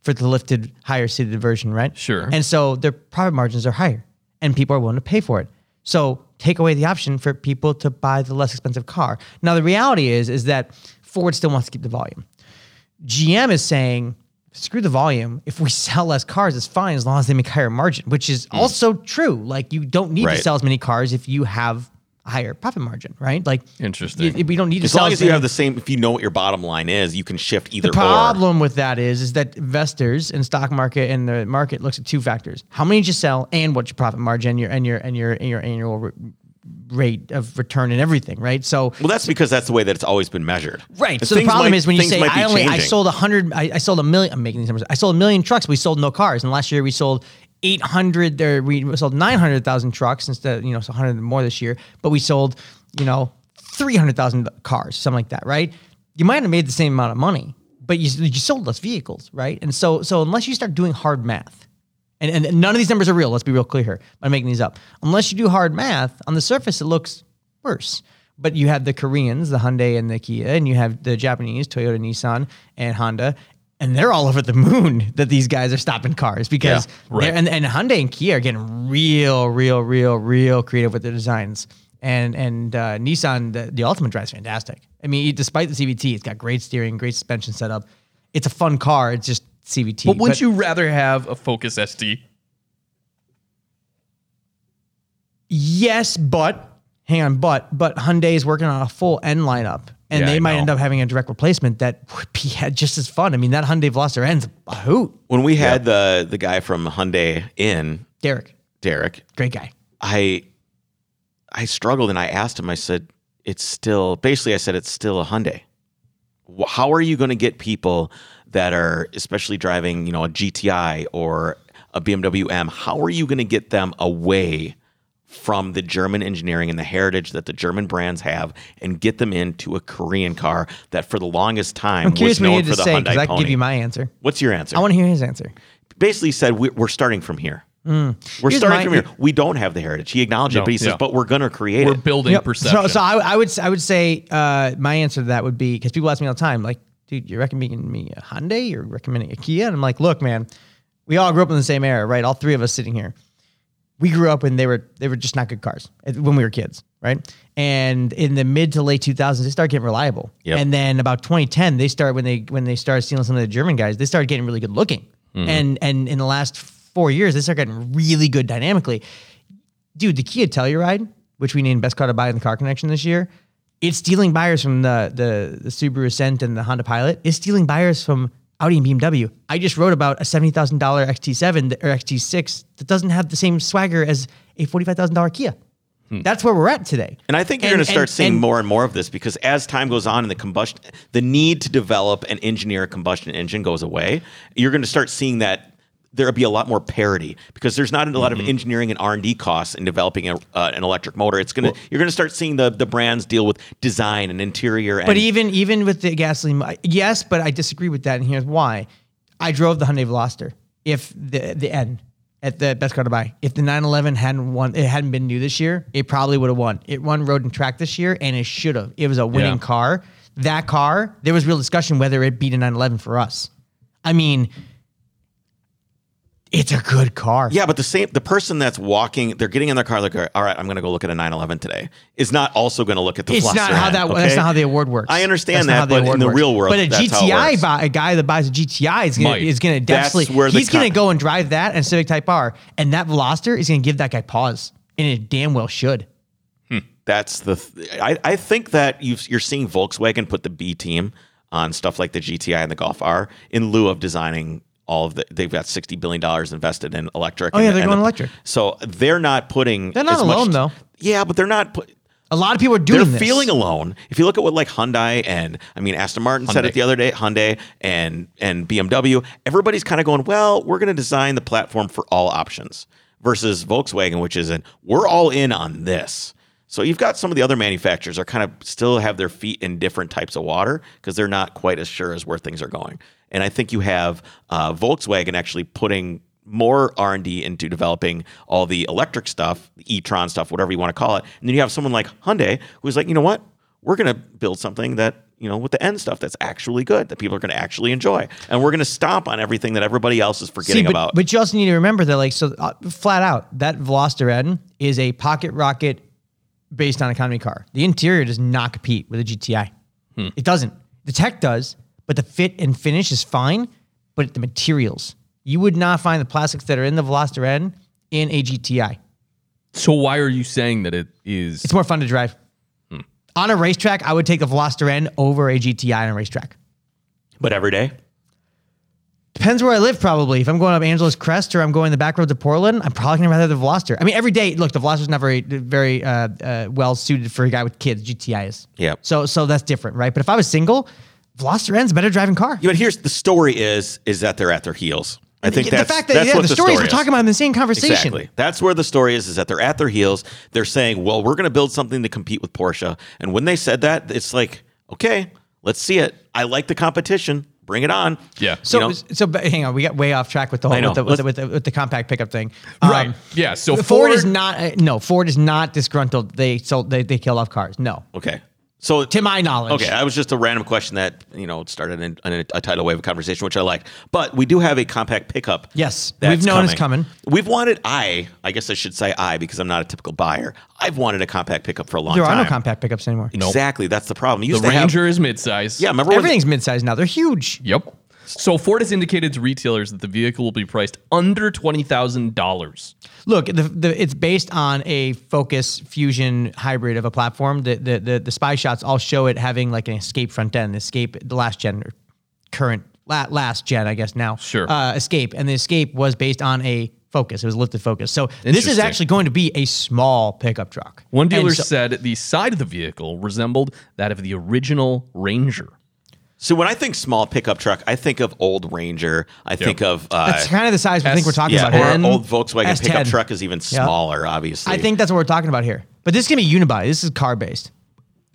C: for the lifted, higher seated version, right?
B: Sure.
C: And so their profit margins are higher, and people are willing to pay for it. So take away the option for people to buy the less expensive car. Now the reality is is that Ford still wants to keep the volume. GM is saying, screw the volume. If we sell less cars, it's fine as long as they make higher margin, which is also true. Like you don't need
A: Hmm. Right.
C: to sell as many cars if you have a higher profit margin, right? Like
B: Interesting.
C: y- we don't need to
A: As
C: sell
A: long as you
C: many-
A: have the same, if you know what your bottom line is, you can shift either or.
C: the problem with that is, is that investors and stock market and the market looks at two factors: how many did you sell, and what's your profit margin, your and your and your and your annual re- rate of return and everything, right? So
A: Well, that's because that's the way that it's always been measured.
C: Right.
A: And
C: So the
A: things
C: problem
A: might-
C: is when you
A: things
C: say
A: might be
C: I only I
A: changing.
C: sold a hundred I, I sold a million I'm making these numbers I sold a million trucks we sold no cars and last year we sold eight hundred there we sold nine hundred thousand trucks instead you know so hundred more this year but we sold you know three hundred thousand cars something like that right you might have made the same amount of money but you you sold less vehicles right and so so unless you start doing hard math and, and- and none of these numbers are real. Let's be real clear here. I'm making these up. Unless you do hard math, on the surface it looks worse. But you have the Koreans, the Hyundai and the Kia, and you have the Japanese, Toyota, Nissan, and Honda, and they're all over the moon that these guys are stopping cars because
B: Yeah, right.
C: they're- and and Hyundai and Kia are getting real, real, real, real creative with their designs. And and uh, Nissan, the, the Ultimate drives fantastic. I mean, despite the CVT, it's got great steering, great suspension setup. It's a fun car. It's just CVT.
B: But would you rather have a Focus ST?
C: Yes, but hang on, but but Hyundai is working on a full N lineup, and
B: Yeah, I
C: they might
B: know.
C: end up having a direct replacement that would be had just as fun. I mean, that Hyundai Veloster N's a hoot,
A: When we had the the guy from Hyundai in
C: Derek.
A: Derek,
C: Great guy.
A: I I struggled and I asked him. I said, "It's still basically." I said, "It's still a Hyundai. Wh- How are you going to get people that are especially driving, you know, a GTI or a BMW M? How are you going to get them away from the German engineering and the heritage that the German brands have, and get them into a Korean car that, for the longest time,
C: I'm curious
A: was
C: what he
A: known for
C: had to
A: the
C: say
A: Hyundai
C: because I can
A: Pony?
C: give you my answer.
A: What's your answer?
C: I want to hear his answer.
A: basically said we, we're starting from here. We're
C: Here's
A: starting
C: my-
A: from here. We don't have the heritage. He acknowledged
B: No,
A: it, but he says,
B: yeah.
A: "But we're gonna create
B: We're
A: it."
B: building
C: Yep.
B: perception.
C: So, so I, I would s- I would say uh, my answer to that would be because people ask me all the time, like, dude, you're recommending me a Hyundai, you're recommending a Kia, and I'm like, look, man, we all grew up in the same era, right? All three of us sitting here, we grew up and they were they were just not good cars eh, when we were kids, right? And in the mid to late 2000s, they started getting reliable,
A: Yep.
C: and then about 2010, they started when they when they started stealing some of the German guys, they started getting really good looking,
B: Mm-hmm.
C: and and in the last four years, they started getting really good dynamically dude, the Kia Telluride, which we named best car to buy in the Car Connection this year, it's stealing buyers from the the, the Subaru Ascent and the Honda Pilot. It's stealing buyers from Audi and BMW. I just wrote about a seventy thousand dollar XT7 that- or XT6 that doesn't have the same swagger as a forty five thousand dollar Kia. That's where we're at today.
A: Hmm. And I think you're going to start seeing more and more of this because as time goes on and the combustion, the need to develop and engineer a combustion engine goes away, you're going to start seeing that there'll be a lot more parity because there's not a lot of engineering and R&D costs in developing a, uh, an electric motor. It's going to you're going to start seeing the the brands deal with design and interior and
C: But even even with the gasoline, yes, but I disagree with that, and here's why. I drove the Hyundai Veloster. If the the N at the best car to buy, if the 911 hadn't won, it hadn't been new this year, it probably would have won. It won road and track this year, and it should have. It was a winning
B: Yeah.
C: car. That car, there was real discussion whether it beat a 911 for us. I mean, It's a good car.
A: Yeah, but the same the person that's walking, they're getting in their car. Like, all right, I'm going to go look at a 911 today. Is not also going to look at the.
C: It's not
A: Fluster
C: how
A: end,
C: that.
A: okay?
C: That's not how the award works.
A: I understand
C: That's not
A: that,
C: how
A: but
C: award
A: in the
C: works.
A: real world,
C: but a
A: that's how it
C: GTI
A: works.
C: buy, a guy that buys a GTI is gonna
B: Might.
C: is gonna
A: That's
C: definitely
A: where the
C: he's gonna
A: con-
C: go and drive that and Civic Type R, and that Veloster is gonna give that guy pause, and it damn well should.
A: That's the. Th- I I think that you've, you're seeing Volkswagen put the B team on stuff like the GTI and the Golf R in lieu of designing all of the. They've got 60 billion dollars invested in electric.
C: Oh,
A: and-
C: yeah, they're
A: and
C: going
A: the-
C: electric.
A: So they're not putting.
C: They're not
A: as much-
C: alone, though.
A: Yeah, but they're not. Put,
C: A lot of people are doing
A: they're
C: this.
A: feeling alone. If you look at what like Hyundai and I mean Aston Martin said it
B: Hyundai.
A: the other day, Hyundai and and BMW, everybody's kind of going, well, we're going to design the platform for all options versus Volkswagen, which isn't. We're all in on this. So you've got some of the other manufacturers are kind of still have their feet in different types of water because they're not quite as sure as where things are going. And I think you have uh, Volkswagen actually putting more R&D into developing all the electric stuff, the e-tron stuff, whatever you want to call it. And then you have someone like Hyundai who's like, "You know what? We're going to build something that, you know, with the end stuff that's actually good that people are going to actually enjoy. And we're going to stomp on everything that everybody else is forgetting
C: but,
A: about."
C: But you also need to remember that, like, so uh, flat out, that Veloster N is a pocket rocket based on economy car. The interior does not compete with a GTI. It doesn't. The tech does, but the fit and finish is fine. But the materials, you would not find the plastics that are in the Veloster N in a GTI.
B: So why are you saying that it is?
C: It's more fun to drive. On a racetrack, I would take the Veloster N over a GTI on a racetrack.
A: but every day?
C: Depends where I live, probably. If I'm going up Angeles Crest or I'm going the back road to Portland, I'm probably gonna rather the Veloster. I mean, every day, look, the Veloster's not very, very uh, uh, well suited for a guy with kids. GTI is.
A: Yep.
C: So, so that's different, right? But if I was single, Veloster N's a better driving car.
A: Yeah, but here's the story is is that they're at their heels. I think
C: the
A: that's
C: fact that
A: that's
C: yeah,
A: what
C: the, stories we're
A: is.
C: talking about in the same conversation.
A: Exactly. That's where the story is, is that they're at their heels. They're saying, well, we're going to build something to compete with Porsche. And when they said that, it's like, okay, let's see it. I like the competition. Bring it on.
B: Yeah.
C: So,
A: You know?
C: so but hang on, we got way off track with the whole
A: know.
C: with the, with, the, with, the, with the compact pickup thing, Um,
B: Right. Um, Yeah, so
C: Ford, is
B: Ford-
C: not uh, no Ford is not disgruntled. They sold they they kill off cars. No,
A: Okay. So
C: to my knowledge.
A: Okay, that was just a random question that you know started in, in a tidal wave of conversation, which I like. But we do have a compact pickup.
C: Yes,
A: that's
C: we've known it's coming.
A: We've wanted I. I guess I should say I because I'm not a typical buyer. I've wanted a compact pickup for a long
C: there
A: time.
C: are no compact pickups anymore.
A: Exactly, that's the problem. You
B: the
A: used to have-
B: Ranger is midsize.
A: yeah, remember when-
C: Everything's midsize now. They're huge.
B: Yep. So Ford has indicated to retailers that the vehicle will be priced under twenty thousand dollars.
C: Look, the, the, it's based on a Focus Fusion hybrid of a platform. The, the the the spy shots all show it having like an escape front end, escape the last gen or current la, last gen, I guess now.
B: Sure.
C: Uh, escape and the escape was based on a Focus. It was lifted Focus. So this is
B: Interesting.
C: actually going to be a small pickup truck.
B: One dealer
C: And so-
B: said the side of the vehicle resembled that of the original Ranger.
A: So when I think small pickup truck, I think of old Ranger. I think of uh,
C: That's kind of the size we think we're talking
A: yeah,
C: about here.
A: or old Volkswagen
C: S10.
A: pickup truck is even
C: Yeah.
A: smaller. Obviously,
C: I think that's what we're talking about here. But this is gonna be unibody. This is car based.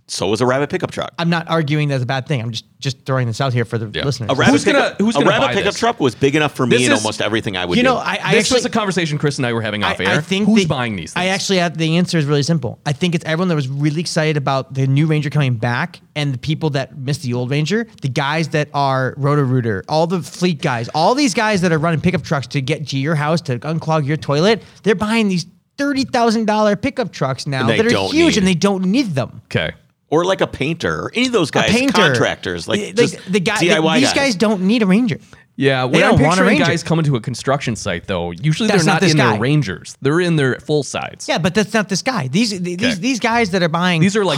A: so. Is a Rabbit pickup truck.
C: I'm not arguing that's a bad thing. I'm just just throwing this out here for the listeners.
A: a Rabbit
B: Who's gonna-
A: pickup,
B: who's
A: a
B: gonna
A: Rabbit
B: buy
A: pickup
B: this?
A: truck was big enough for me
B: This
A: in
B: is-
A: almost everything I would
C: you
A: do.
C: know, I, I
B: this
C: actually
B: was a conversation Chris and I were having off air.
C: I, I think
B: who's
C: the-
B: bought buying these? Things?
C: I actually have the answer is really simple. I think it's everyone that was really excited about the new Ranger coming back and the people that missed the old Ranger, the guys that are Roto Rooter, all the fleet guys, all these guys that are running pickup trucks to get to your house to unclog your toilet. They're buying these thirty thousand dollar pickup trucks now
A: they
C: that are
A: don't
C: huge
A: need.
C: and they don't need them.
B: okay.
A: or like a painter, or any of those guys,
C: Painter,
A: contractors, like, just
C: the guy, the-
A: DIY
C: these guys don't need a Ranger.
B: Yeah, when
C: don't
B: I'm
C: want a
B: picturing
C: Ranger.
B: guys coming to a construction site, though, usually
C: That's
B: they're not,
C: not this
B: in
C: guy.
B: their Rangers. They're in their full sides.
C: Yeah, but that's not this guy. These th- these
B: Okay.
C: these guys that are buying
B: These are like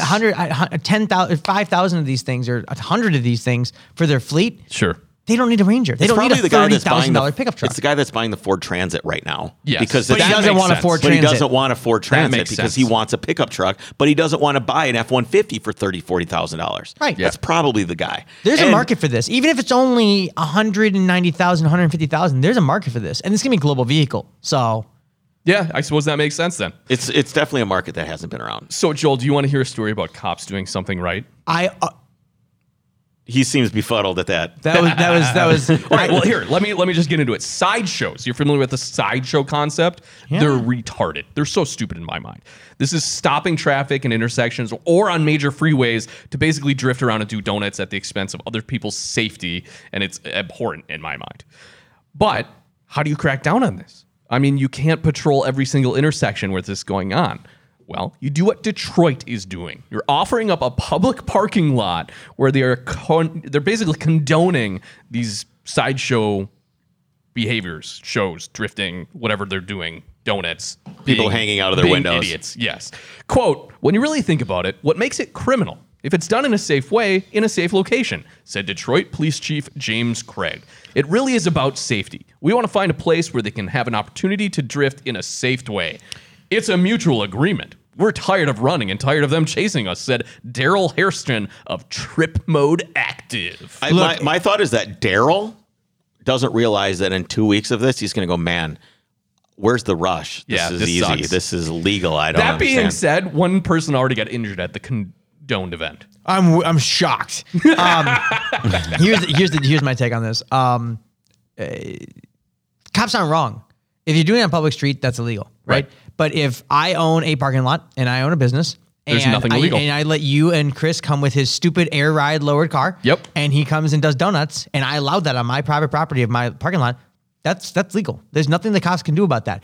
B: service.
C: 100 uh, hun- 10,000 5,000 of these things or 100 of these things for their fleet,
B: Sure.
C: they don't need a Ranger. They
A: It's
C: don't need
A: probably
C: a
A: the guy that's buying the
C: $30,000 pickup truck.
A: It's the guy that's buying the Ford Transit right now.
B: Yes.
A: because
B: But he
A: it's-
B: doesn't
A: makes
B: want a
A: sense.
C: Ford
A: But he
C: Transit.
A: doesn't want a Ford Transit
B: makes
A: because
B: sense.
A: he wants a pickup truck, but he doesn't want to buy an F one fifty for thirty forty thousand dollars.
C: Right.
A: that's probably the guy.
C: there's a
A: And-
C: market for this. Even if it's only 190,000, 150,000, there's a market for this. And it's going to be a global vehicle. So,
B: Yeah, I suppose that makes sense then.
A: It's it's definitely a market that hasn't been around.
B: So, Joel, do you want to hear a story about cops doing something right?
C: I uh,
A: He seems befuddled at that.
C: that was that was that was
B: All right. Well, here, let me let me just get into it. Sideshows. You're familiar with the sideshow concept? They're retarded. They're so stupid in my mind. This is stopping traffic in intersections or on major freeways to basically drift around and do donuts at the expense of other people's safety, and it's abhorrent in my mind. But How do you crack down on this? I mean, you can't patrol every single intersection where this is going on. Well, you do what Detroit is doing. You're offering up a public parking lot where they are con- they're basically condoning these sideshow behaviors, shows, drifting, whatever they're doing, donuts,
A: People hanging out of their
B: being
A: windows.
B: Idiots, yes. Quote: When you really think about it, what makes it criminal? If it's done in a safe way, in a safe location, said Detroit Police Chief James Craig. It really is about safety. We want to find a place where they can have an opportunity to drift in a safe way. It's a mutual agreement. We're tired of running and tired of them chasing us, said Daryl Hairston of Trip Mode Active.
A: I, my, my thought is that Daryl doesn't realize that in two weeks of this, he's going to go, man, where's the rush? This
B: Yeah,
A: is
B: this
A: easy.
B: sucks."
A: This is legal. I don't
B: That
A: understand.
B: being said, one person already got injured at the condoned event.
C: I'm I'm shocked. Um, here's here's the, here's my take on this. Um, uh, cops aren't wrong. If you're doing it on public street, that's illegal, right?
B: Right.
C: But if I own a parking lot and I own a business,
B: There's
C: and
B: nothing
C: I,
B: illegal.
C: and I let you and Chris come with his stupid air ride lowered car.
B: Yep.
C: And he comes and does donuts, and I allowed that on my private property of my parking lot. That's that's legal. There's nothing the cops can do about that.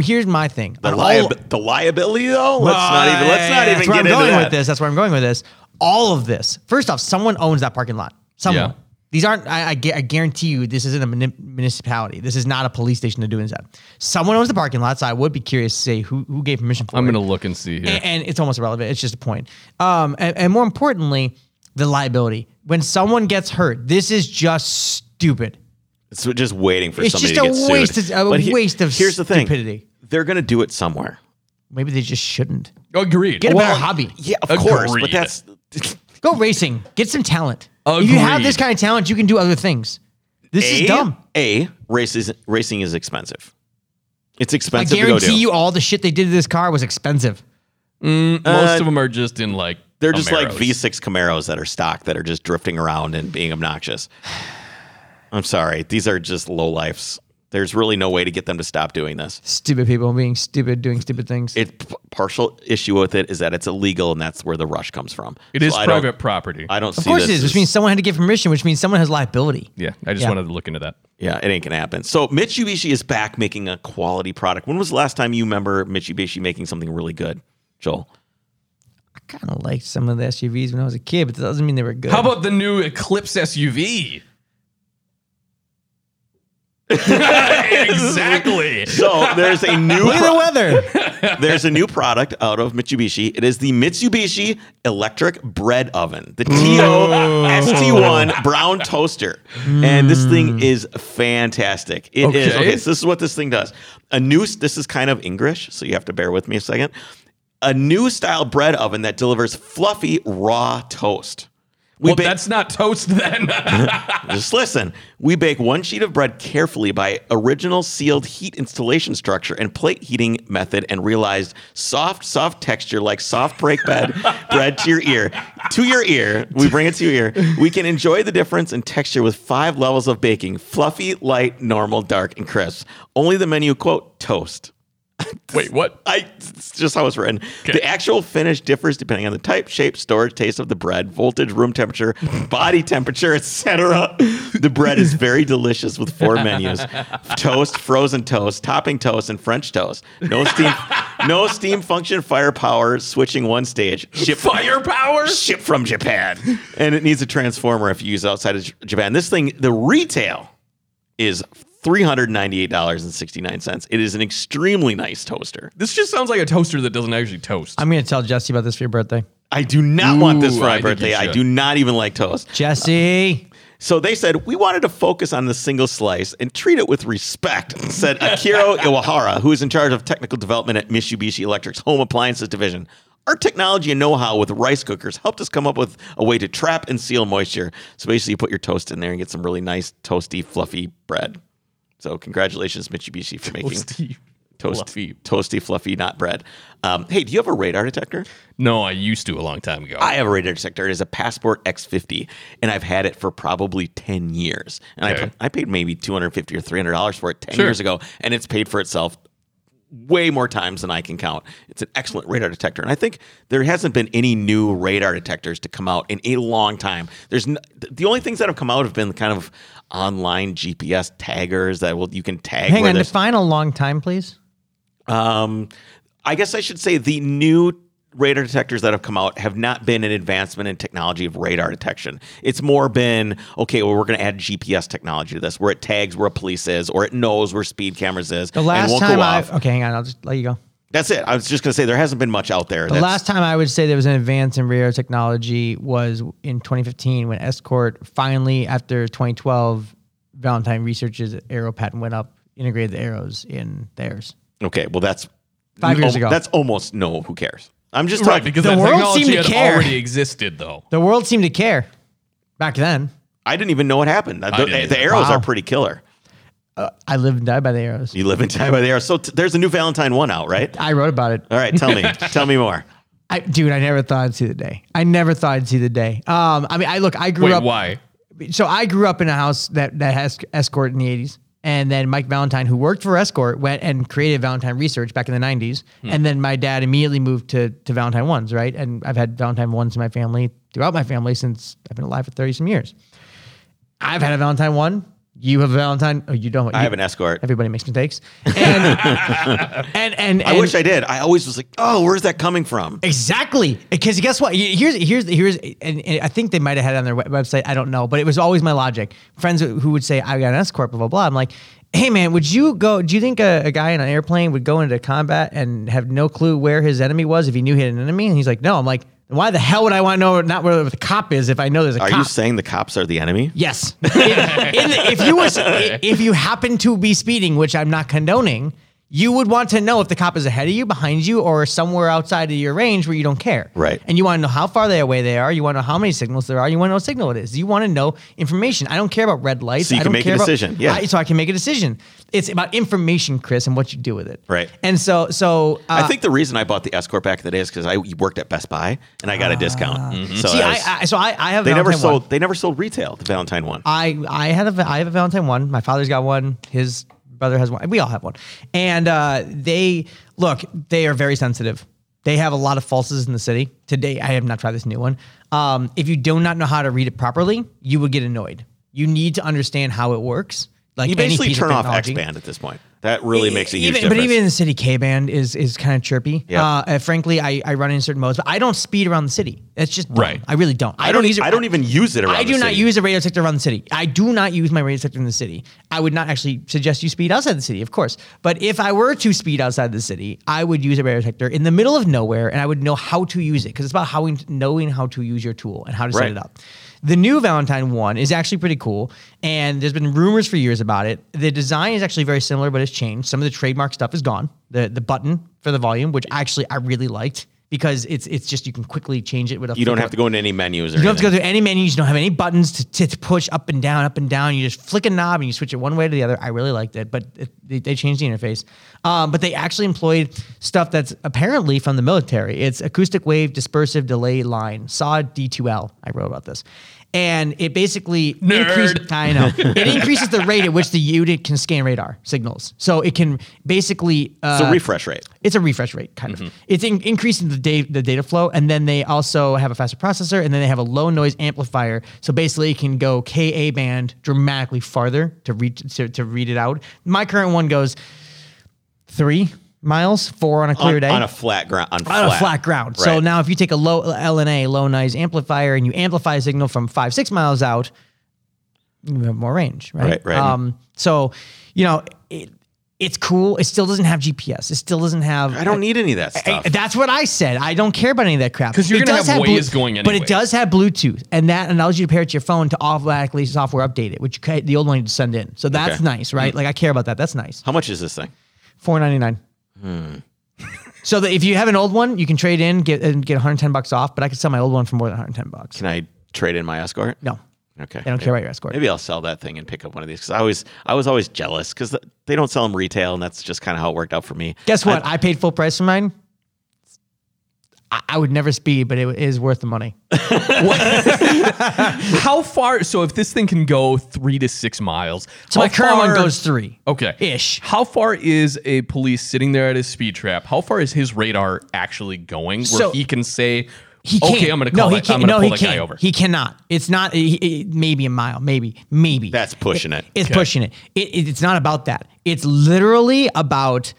C: Here's my thing.
A: the,
C: On all-
A: liab- the liability, though? Let's not even, let's not even
C: that's where
A: get
C: I'm
A: into
C: going
A: that.
C: with this. That's where I'm going with this. All of this. First off, someone owns that parking lot. Someone.
B: Yeah.
C: These aren't. I, I, gu- I guarantee you, this isn't a muni- municipality. This is not a police station to do this at. Someone owns the parking lot, so I would be curious to say who who gave permission for
B: I'm
C: it.
B: going to look and see here.
C: A- and, it's almost irrelevant. It's just a point. Um, and, and more importantly, the liability. When someone gets hurt, this is just stupid.
A: It's just waiting for
C: It's
A: somebody
C: just
A: to
C: a
A: get sued.
C: waste of- a
A: But he-
C: waste of
A: here's the thing.
C: stupidity.
A: They're going to do it somewhere.
C: Maybe they just shouldn't.
B: Agreed.
C: Get a better
B: Well,
C: hobby.
A: Yeah, of course. But
B: Agreed.
A: that's
C: Go racing. Get some talent. If you have this
B: Agreed.
C: kind of talent, you can do other things. This
A: a,
C: is dumb.
A: A race is, racing is expensive. It's
C: I
A: expensive to go do.
C: guarantee you, all the shit they did to this car was expensive.
B: most of them are just in like
A: They're just like
B: Camaros.
A: V6 Camaros that are stock that are just drifting around and being obnoxious. I'm sorry. These are just low lifes. There's really no way to get them to stop doing this.
C: Stupid people being stupid, doing stupid things.
A: It p- partial issue with it is that it's illegal and that's where the rush comes from.
B: It is
A: So I don't-
B: private property.
A: I don't
C: of
A: see
C: course it
A: this
C: is, which
A: as-
C: means someone had to give permission, which means someone has liability.
B: yeah, I just
C: Yeah.
B: wanted to look into that.
A: Yeah, it ain't gonna happen. So Mitsubishi is back making a quality product. When was the last time you remember Mitsubishi making something really good, Joel?
C: I kind of liked some of the SUVs when I was a kid, but that doesn't mean they were good.
B: How about the new Eclipse SUV? exactly.
A: So there's a new
C: Look
A: pro-
C: at the weather.
A: There's a new product out of Mitsubishi. It is the Mitsubishi Electric Bread Oven, the
B: Mm.
A: TO-ST1 brown toaster. And this thing is fantastic. It is okay.
B: Mm. Okay.
A: so this is what this thing does. A new this is kind of English, so you have to bear with me a second. A new style bread oven that delivers fluffy raw toast. We
B: Well,
A: bake-
B: that's not toast then.
A: just listen. We bake one sheet of bread carefully by original sealed heat installation structure and plate heating method and realized soft, soft texture like soft break bed bread to your ear. To your ear. We bring it to your ear. We can enjoy the difference in texture with five levels of baking fluffy, light, normal, dark, and crisp. Only the menu quote toast.
B: Wait, what?
A: I it's just how it's written. The actual finish differs depending on the type, shape, storage, taste of the bread, voltage, room temperature, body temperature, etc. The bread is very delicious with four menus: toast, frozen toast, topping toast, and French toast. No steam, no steam function, firepower, switching one stage. Ship
B: Firepower?
A: shipped from Japan, and it needs a transformer if you use it outside of J- Japan. This thing, the retail is. $398.69. It is an extremely nice toaster.
B: This just sounds like a toaster that doesn't actually toast.
C: I'm going to tell Jesse about this for your birthday.
A: I do not want this
B: Ooh,
A: for my
B: I think you
A: birthday. I
B: should.
A: do not even like toast.
C: Jesse.
A: So they said we wanted to focus on the single slice and treat it with respect, said Akiro Iwahara, who is in charge of technical development at Mitsubishi Electric's home appliances division. Our technology and know-how with rice cookers helped us come up with a way to trap and seal moisture. So basically, you put your toast in there and get some really nice, toasty, fluffy bread. So congratulations, Mitsubishi, for making
B: Toasty.
A: toast,
B: fluffy.
A: toasty, fluffy, not bread. Um, hey, do you have a radar detector?
B: No, I used to a long time ago.
A: I have a radar detector. It is a Passport X50, and I've had it for probably 10 years. And I,
B: Okay.
A: pa- I paid maybe 250 or $300 for it 10
B: Sure.
A: years ago, and it's paid for itself way more times than I can count. It's an excellent radar detector, and I think there hasn't been any new radar detectors to come out in a long time. There's n- the only things that have come out have been kind of online GPS taggers that will you can tag.
C: Hang
A: where
C: on,
A: there's-
C: define a long time, please.
A: um, I guess I should say the new radar detectors that have come out have not been an advancement in technology of radar detection. It's more been, okay, well, we're going to add GPS technology to this, where it tags where police is, or it knows where speed cameras is,
C: The last
A: and won't
C: time
A: go
C: I
A: off.
C: okay, hang on, I'll just let you go.
A: That's it. I was just going to say there hasn't been much out there.
C: The last time I would say there was an advance in radar technology was in 2015 when Escort finally, after 2012, Valentine Research's arrow patent went up, integrated the arrows in theirs.
A: okay, well, that's
C: Five years
A: al-
C: ago.
A: That's almost no. Who cares? I'm just
B: Right,
A: talking
B: because
C: The
B: that
C: world
B: technology
C: seemed to
B: had
C: care.
B: already existed, though.
C: The world seemed to care back then.
A: I didn't even know what happened. The,
B: didn't either.
A: the arrows
C: Wow.
A: are pretty killer.
C: I lived and died by the arrows.
A: You live in time by the arrows. So t- there's a new Valentine one out, right?
C: I wrote about it.
A: All right, tell me, tell me more.
C: I, dude, I never thought I'd see the day. I never thought I'd see the day. Um, I mean, I look, I grew
B: Wait,
C: up.
B: why?
C: so I grew up in a house that that has escort in the eighties. And then Mike Valentine, who worked for Escort, went and created Valentine Research back in the '90s. And then my dad immediately moved to to Valentine Ones, right? And I've had Valentine Ones in my family throughout my family since I've been alive for thirty some years. I've had a Valentine One. You have a Valentine. Oh, you don't.
A: I have an escort.
C: Everybody makes mistakes. And and, and and
A: I wish I did. I always was like, oh, where's that coming from?
C: Exactly, because guess what? You- Here's here's here's, and, and I think they might have had it on their we- website. I don't know, but it was always my logic. Friends who would say, "I got an S corp," blah blah blah. I'm like, "Hey man, would you go? Do you think a, a guy in an airplane would go into combat and have no clue where his enemy was if he knew he had an enemy?" And he's like, "No." I'm like, "Why the hell would I want to know not where the cop is if I know there's a
A: Are
C: cop?"
A: you saying the cops are the enemy?
C: Yes. In- in the- if you was, if you happen to be speeding, which I'm not condoning, you would want to know if the cop is ahead of you, behind you, or somewhere outside of your range where you don't care.
A: Right.
C: And you want to know how far they away they are. You want to know how many signals there are. You want to know what signal it is. You want to know information. I don't care about red lights.
A: So you
C: I
A: can
C: don't
A: make a
C: care about-
A: decision. Yeah.
C: I- so I can make a decision. It's about information, Chris, and what you do with it.
A: Right.
C: And so, so uh,
A: I think the reason I bought the Escort back in the day is because I worked at Best Buy and I got a discount. So,
C: Ah. Mm-hmm. see,
A: that
C: I,
A: was-
C: I, so I, I have.
A: they never
C: Valentine one. Uh,
A: sold. They never sold retail. The Valentine one.
C: I I had a I have a Valentine one. My father's got one. His brother has one. We all have one. And uh, they look. They are very sensitive. They have a lot of falses in the city today. I have not tried this new one. Um, if you do not know how to read it properly, you would get annoyed. You need to understand how it works. Like
A: you
C: any
A: basically
C: piece
A: turn
C: of
A: off X
C: technology. E-,
A: band at this point. That really makes a huge
C: even,
A: difference.
C: But even in the city, K band is is kind of chirpy.
A: Yeah.
C: Uh, and frankly, I, I run in certain modes, but I don't speed around the city. That's just dumb.
B: Right.
C: I really don't.
A: I don't.
C: use it.
A: I don't even use it around.
C: I do
A: the
C: not
A: city.
C: use a radio detector around the city. I do not use my radio detector in the city. I would not actually suggest you speed outside the city, of course. But if I were to speed outside the city, I would use a radio detector in the middle of nowhere, and I would know how to use it because it's about how knowing how to use your tool and how to set
A: Right.
C: it up. The new Valentine one is actually pretty cool, and there's been rumors for years about it. The design is actually very similar, but it's changed. Some of the trademark stuff is gone. The the button for the volume, which actually I really liked because it's it's just you can quickly change it with a
A: You don't
C: flick of
A: have to go into any menus or
C: you don't have to
A: anything.
C: go through any menus. You don't have any buttons to, to, to push up and down, up and down. You just flick a knob and you switch it one way to the other. I really liked it, but it, they, they changed the interface. Um, but they actually employed stuff that's apparently from the military. It's acoustic wave dispersive delay line, SAW D2L. I wrote about this. And it basically
B: Nerd.
C: increased I know. It increases the rate at which the unit can scan radar signals. So it can basically uh,
A: it's a refresh rate.
C: it's a refresh rate kind of.
A: Mm-hmm.
C: It's in, increasing the data the data flow, and then they also have a faster processor, and then they have a low noise amplifier. So basically, it can go Ka band dramatically farther to read to, to read it out. My current one goes three miles, four on a clear
A: On,
C: day
A: on a flat ground. On,
C: on a flat ground. So
A: Right.
C: now if you take a low LNA, low noise amplifier, and you amplify a signal from five, six miles out, you have more range, right?
A: Right, right.
C: Um, so, you know, it, it's cool. It still doesn't have GPS. It still doesn't have.
A: I don't need any of that
C: I-
A: stuff.
C: that's what I said. I don't care about any of that crap.
B: 'Cause you're
C: It
B: gonna
C: does
B: have
C: Blu-
B: Waze going
C: But
B: anyway.
C: it does have Bluetooth, and that allows you to pair it to your phone to automatically software update it, which you ca- the old one you send in. So that's
A: Okay.
C: nice, right?
B: Mm.
C: Like I care about that. That's nice.
A: How much is this thing?
C: Four ninety nine.
B: Hmm.
C: so that if you have an old one, you can trade in, get and get one hundred ten bucks off. But I could sell my old one for more than one hundred ten bucks.
A: Can I trade in my escort?
C: No,
A: Okay.
C: they don't care about your escort.
A: Maybe I'll sell that thing and pick up one of these because I always I was always jealous because they don't sell them retail and that's just kind of how it worked out for me.
C: Guess what? I, paid full price for mine. I, I would never speed, but it is worth the money.
B: How far? So if this thing can go three to six miles,
C: So
B: how
C: my current one
B: far-
C: goes three.
B: Okay.
C: Ish.
B: How far is a police sitting there at his speed trap? How far is his radar actually going where
C: So-
B: he can say,
C: He can't.
B: okay, I'm going to call
C: no, he
B: that,
C: can't.
B: I'm gonna
C: no,
B: pull
C: he
B: that
C: can't.
B: guy over?
C: He cannot. It's not he- he- maybe a mile, maybe, maybe.
A: That's pushing it.
C: It's pushing it. It, it. It's not about that. It's literally about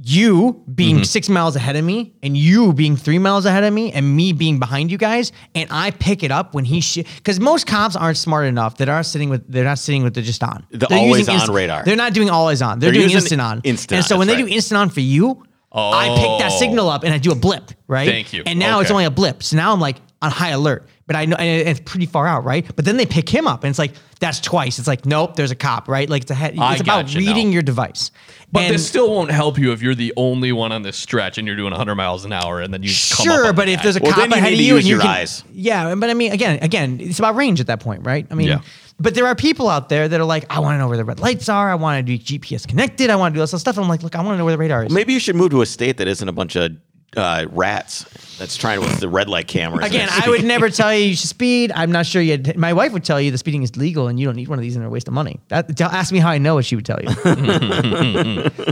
C: you being
A: Mm-hmm.
C: six miles ahead of me and you being three miles ahead of me and me being behind you guys. And I pick it up when he because most cops aren't smart enough that are sitting with they're not sitting with the just on
A: The
C: They're
A: always
C: using
A: on radar.
C: They're not doing always on. They're,
A: They're
C: doing
A: using
C: instant on.
A: instant
C: And
A: on,
C: so when
A: that's
C: they do
A: right.
C: instant on for you. I pick that
B: Oh.
C: signal up and I do a blip, right?
B: Thank you.
C: And now it's
B: Okay.
C: only a blip. So now I'm like on high alert, but I know and it's pretty far out, right? But then they pick him up, and it's like that's twice. It's like nope, there's a cop, right? Like it's a head.
B: I
C: It's about
B: gotcha now.
C: reading your device.
B: But
C: And
B: this still won't help you if you're the only one on this stretch and you're doing 100 miles an hour and then you come up
C: sure,
B: on
C: but
B: the
C: if
B: guy.
C: there's a
A: Well,
C: cop
A: then you
C: ahead
A: need
C: of
A: to
C: you, and
A: use
C: you
A: your
C: can,
A: eyes.
C: yeah, but I mean, again, again, it's about range at that point, right? I mean,
B: Yeah.
C: but there are people out there that are like, I want to know where the red lights are. I want to be GPS connected. I want to do all this stuff. And I'm like, look, I want to know where the radar is.
A: Maybe you should move to a state that isn't a bunch of uh, rats that's trying with the red light cameras. and
C: Again,
A: it's-
C: I would never tell you you should speed. I'm not sure you. My wife would tell you the speeding is legal and you don't need one of these and they're a waste of money. That, tell, ask me how I know what she would tell you.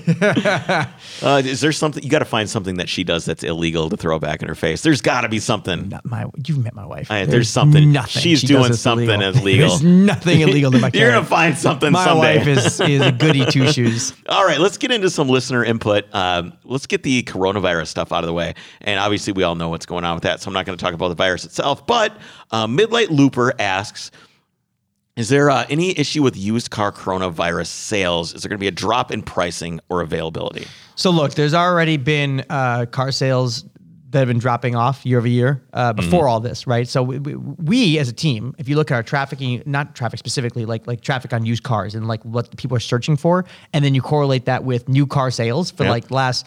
A: Uh, is there something you got to find something that she does that's illegal to throw back in her face? There's got to be something.
C: Not my, you've met my wife.
A: I- there's something. She's
C: does
A: doing
C: that's
A: something
C: illegal.
A: illegal.
C: There's nothing illegal to my
A: You're gonna
C: character.
A: find something
C: My
A: someday.
C: wife is is a goody two shoes.
A: All right, let's get into some listener input. Um, let's get the coronavirus stuff out of the way. And obviously, we all know what's going on with that. So I'm not going to talk about the virus itself. But uh, Midlight Looper asks Is there uh, any issue with used car coronavirus sales? Is there going to be a drop in pricing or availability?
C: So look, there's already been uh, car sales that have been dropping off year over year uh, before all this, right? So we, we, we as a team, if you look at our trafficking, not traffic specifically, like like traffic on used cars and like what people are searching for, and then you correlate that with new car sales for
A: Yeah.
C: like last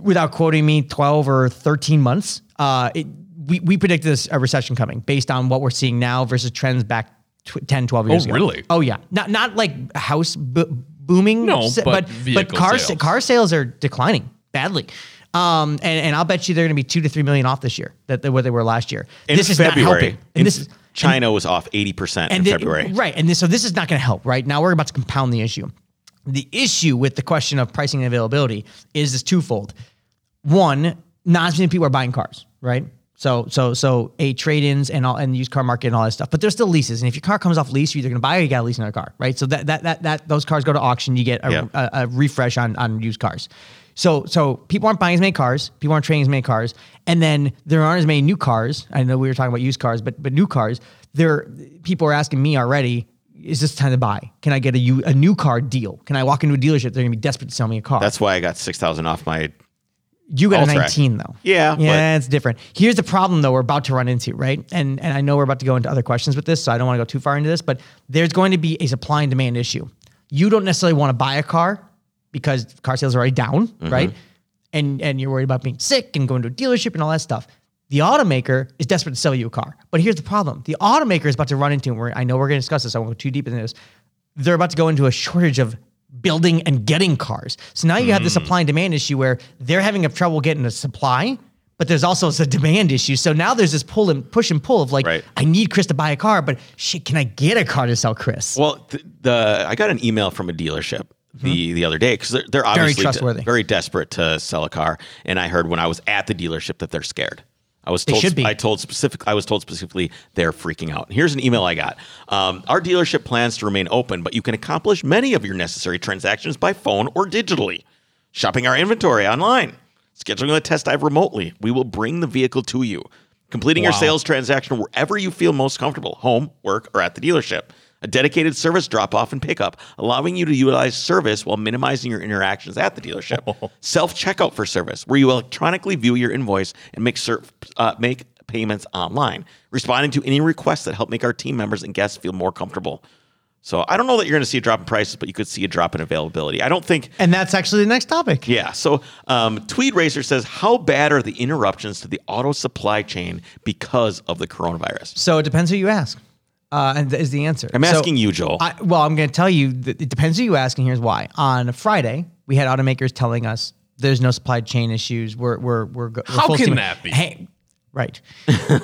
C: without quoting me, 12 or 13 months. Uh, it, we, we predicted this, a recession coming based on what we're seeing now versus trends back tw- 10, 12 years ago.
B: really?
C: Oh, yeah. Not not like house b- booming.
B: No,
C: s-
B: but vehicle
C: car,
B: sales.
C: car sales are declining badly. Um, and, and I'll bet you they're going to be two to three million off this year that that what they were last year.
A: In
C: this
A: February,
C: is not helping.
A: in-
C: And this is
A: China was off 80% in
C: and the-
A: February.
C: Right. And this, so this is not going to help, right? Now we're about to compound the issue. The issue with the question of pricing and availability is this twofold. One, not as many people are buying cars, right? So so so a trade-ins and all and the used car market and all that stuff. But there's still leases. And if your car comes off lease, you're either gonna buy or you gotta lease another car, right? So that that that, that those cars go to auction, you get a,
A: Yeah.
C: a, a refresh on on used cars. So so people aren't buying as many cars, people aren't trading as many cars, and then there aren't as many new cars. I know we were talking about used cars, but but new cars, there people are asking me already, is this time to buy? Can I get a u- a new car deal? Can I walk into a dealership? They're gonna be desperate to sell me a car.
A: That's why I got 6000 off my.
C: You got a
A: Ultrac.
C: 19 though.
A: Yeah,
C: Yeah,
A: but-
C: it's different. Here's the problem though we're about to run into, right? And and I know we're about to go into other questions with this, so I don't want to go too far into this, but there's going to be a supply and demand issue. You don't necessarily want to buy a car because car sales are already down,
A: Mm-hmm.
C: right? And and you're worried about being sick and going to a dealership and all that stuff. The automaker is desperate to sell you a car. But here's the problem. The automaker is about to run into, and we're, I know we're going to discuss this, I won't go too deep into this. They're about to go into a shortage of building and getting cars. So now you
A: Mm.
C: have the supply and demand issue where they're having a trouble getting the supply, but there's also a demand issue. So now there's this pull and push and pull of like,
A: Right.
C: I need Chris to buy a car, but shit, can I get a car to sell Chris?
A: Well, th- the I got an email from a dealership the the other day because they're, they're obviously de-
C: Hmm. trustworthy.
A: very desperate to sell a car, and I heard when I was at the dealership that they're scared. I was told
C: should be.
A: I told specific I was told specifically they're freaking out. Here's an email I got. Um, our dealership plans to remain open, but you can accomplish many of your necessary transactions by phone or digitally, shopping our inventory online, scheduling a test drive remotely. We will bring the vehicle to you. Completing your
B: Wow.
A: sales transaction wherever you feel most comfortable home, work, or at the dealership. A dedicated service drop off and pickup, allowing you to utilize service while minimizing your interactions at the dealership. Self checkout for service, where you electronically view your invoice and make, cer- uh, make payments online. Responding to any requests that help make our team members and guests feel more comfortable. So I don't know that you're going to see a drop in prices, but you could see a drop in availability. I don't think
C: and that's actually the next topic.
A: yeah. So um, Tweed Racer says, how bad are the interruptions to the auto supply chain because of the coronavirus?
C: So it depends who you ask, uh, and th- is the answer.
A: I'm
C: So-
A: asking you, Joel.
C: I, well, I'm going to tell you. That it depends who you ask, and here's why. On Friday, we had automakers telling us there's no supply chain issues. We're we're we're, go- we're
B: How
C: full
B: can
C: steam-
B: that be?
C: Hey, Right.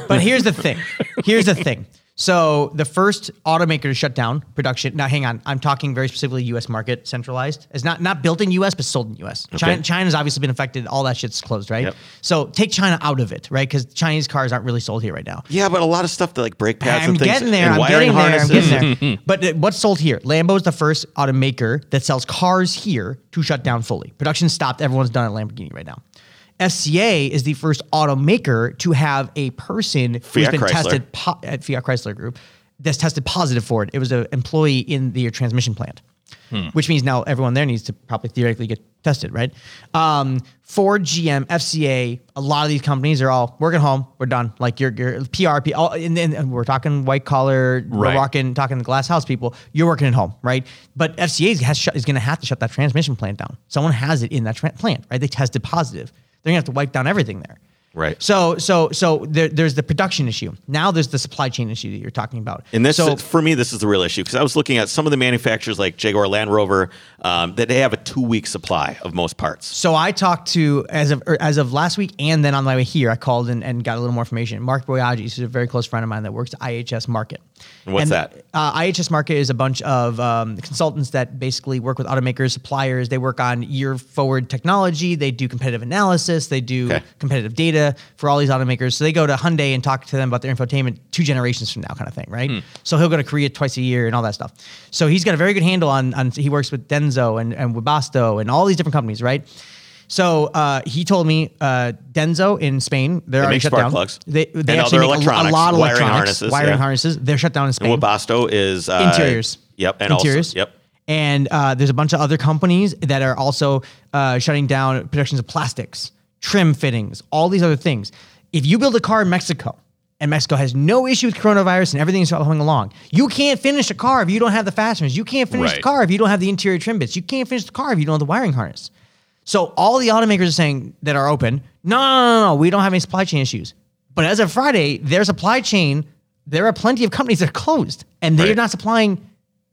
C: But here's the thing. Here's the thing. So the first automaker to shut down production. Now, hang on. I'm talking very specifically U.S. market, centralized. It's not not built in U.S. but sold in U.S. China China's obviously been affected. All that shit's closed, right?
A: Yep.
C: So take China out of it, right? Because Chinese cars aren't really sold here right now.
A: Yeah, but a lot of stuff that like brake pads
C: I'm
A: and things
C: getting there.
A: and
C: I'm
A: wiring
C: getting there. I'm
A: harnesses.
C: getting there. but uh, what's sold here? Lambo's the first automaker that sells cars here to shut down fully. Production stopped. Everyone's done at Lamborghini right now. FCA is the first automaker to have a person who's
A: Fiat
C: been
A: Chrysler.
C: tested po- at Fiat Chrysler Group that's tested positive for it. It was an employee in the transmission plant,
A: Mm.
C: which means now everyone there needs to probably theoretically get tested, right? Um, Ford, GM, FCA, a lot of these companies are all working home. We're done. Like your, your PRP, all, and, then and we're talking white collar,
B: Right.
C: we're walking, talking to glass house people. You're working at home, right? But FCA is, has shut, is going to have to shut that transmission plant down. Someone has it in that tran plant, right? They tested positive. They're going to have to wipe down everything there.
A: Right.
C: So, so, so there, there's the production issue. Now there's the supply chain issue that you're talking about.
A: And this,
C: so,
A: is, for me, this is the real issue because I was looking at some of the manufacturers like Jaguar Land Rover um, that they have a two-week supply of most parts.
C: So I talked to as of or as of last week, and then on my way here, I called and, and got a little more information. Mark Boyaji, who's a very close friend of mine that works at IHS Market.
A: And what's
C: And,
A: that?
C: Uh, IHS Market is a bunch of um, consultants that basically work with automakers, suppliers. They work on year forward technology. They do competitive analysis. They do
A: Okay.
C: competitive data for all these automakers. So they go to Hyundai and talk to them about their infotainment two generations from now, kind of thing, right?
A: Hmm.
C: So he'll go to Korea twice a year and all that stuff. So he's got a very good handle on. on he works with Denso and and Webasto and all these different companies, right? So uh, he told me uh, Denso in Spain they're already
A: make
C: shut
A: spark
C: down.
A: plugs.
C: They they
A: And other
C: actually make a- a,
A: electronics,
C: lot of
A: wiring
C: electronics,
A: harnesses,
C: wiring
A: yeah.
C: harnesses. They're shut down in Spain.
A: And what Basto is uh,
C: Interiors.
A: Yep, and also-
C: interiors.
A: yep.
C: And uh, there's a bunch of other companies that are also uh, shutting down productions of plastics, trim fittings, all these other things. If you build a car in Mexico and Mexico has no issue with coronavirus and everything's following along, you can't finish a car if you don't have the fasteners. You can't finish
B: Right.
C: the car if you don't have the interior trim bits. You can't finish the car if you don't have the wiring harness. So all the automakers are saying that are open, no, no, no, no, we don't have any supply chain issues. But as of Friday, their supply chain, there are plenty of companies that are closed and they're
A: Right.
C: not supplying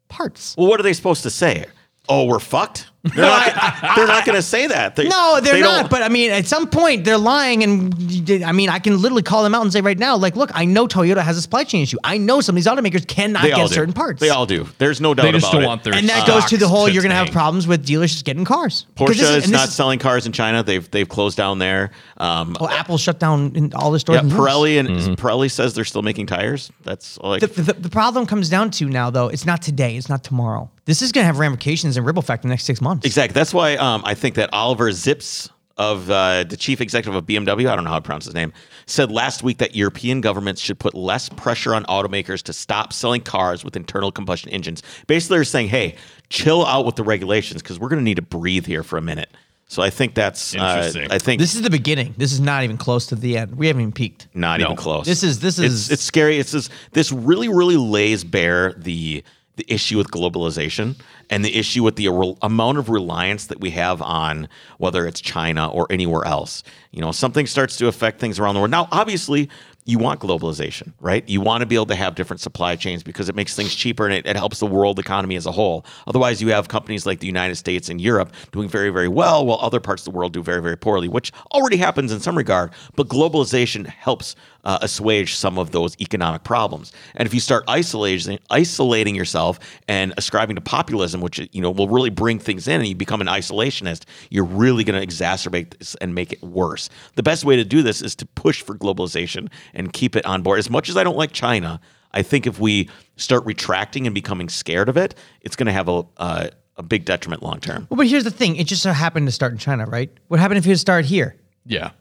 C: parts.
A: Well, what are they supposed to say? Oh, we're fucked. They're not, they're not going to say that. They-
C: No, they're
A: they don't-
C: not. But I mean, at some point, they're lying, and I mean, I can literally call them out and say right now, like, look, I know Toyota has a supply chain issue. I know some of these automakers cannot
A: they all
C: get
A: do.
C: certain parts.
A: They all do. There's no doubt
B: They just
A: about
B: don't
A: it.
B: want their
C: and that goes to the
B: stocks
C: whole you're going to have
B: tank.
C: problems with dealerships getting cars. 'Cause
A: Porsche
C: this
A: is,
C: and this
A: not selling cars in China. They've they've closed down there. Um,
C: Oh, Apple shut down in all the stores.
A: yeah,
C: in Europe.
A: Pirelli and
B: Mm-hmm.
A: Pirelli says they're still making tires. That's all I
C: The, the, the problem comes down to now, though, it's not today, it's not tomorrow. This is going to have ramifications and ripple effect in the next six months.
A: Exactly. That's why um, I think that Oliver Zips of uh, the chief executive of BMW, I don't know how to pronounce his name, said last week that European governments should put less pressure on automakers to stop selling cars with internal combustion engines. Basically, they're saying, "Hey, chill out with the regulations because we're going to need to breathe here for a minute." So I think that's. Uh,
B: Interesting.
A: I think
C: This is the beginning. This is not even close to the end. We haven't even peaked.
A: not
B: No.
A: even close.
C: This is this is
A: it's, it's scary. It's this, this really really lays bare the the issue with globalization and the issue with the rel- amount of reliance that we have on whether it's China or anywhere else. You know, something starts to affect things around the world. Now, obviously, you want globalization, right? You want to be able to have different supply chains because it makes things cheaper and it, it helps the world economy as a whole. Otherwise, you have companies like the United States and Europe doing very, very well, while other parts of the world do very, very poorly, which already happens in some regard. But globalization helps uh, assuage some of those economic problems. And if you start isolating, isolating yourself and ascribing to populism, which you know will really bring things in, and you become an isolationist, you're really going to exacerbate this and make it worse. The best way to do this is to push for globalization and keep it on board. As much as I don't like China, I think if we start retracting and becoming scared of it, it's going to have a uh, a big detriment long term.
C: Well, but here's the thing: it just so happened to start in China, right? What happened if it had started here?
B: Yeah.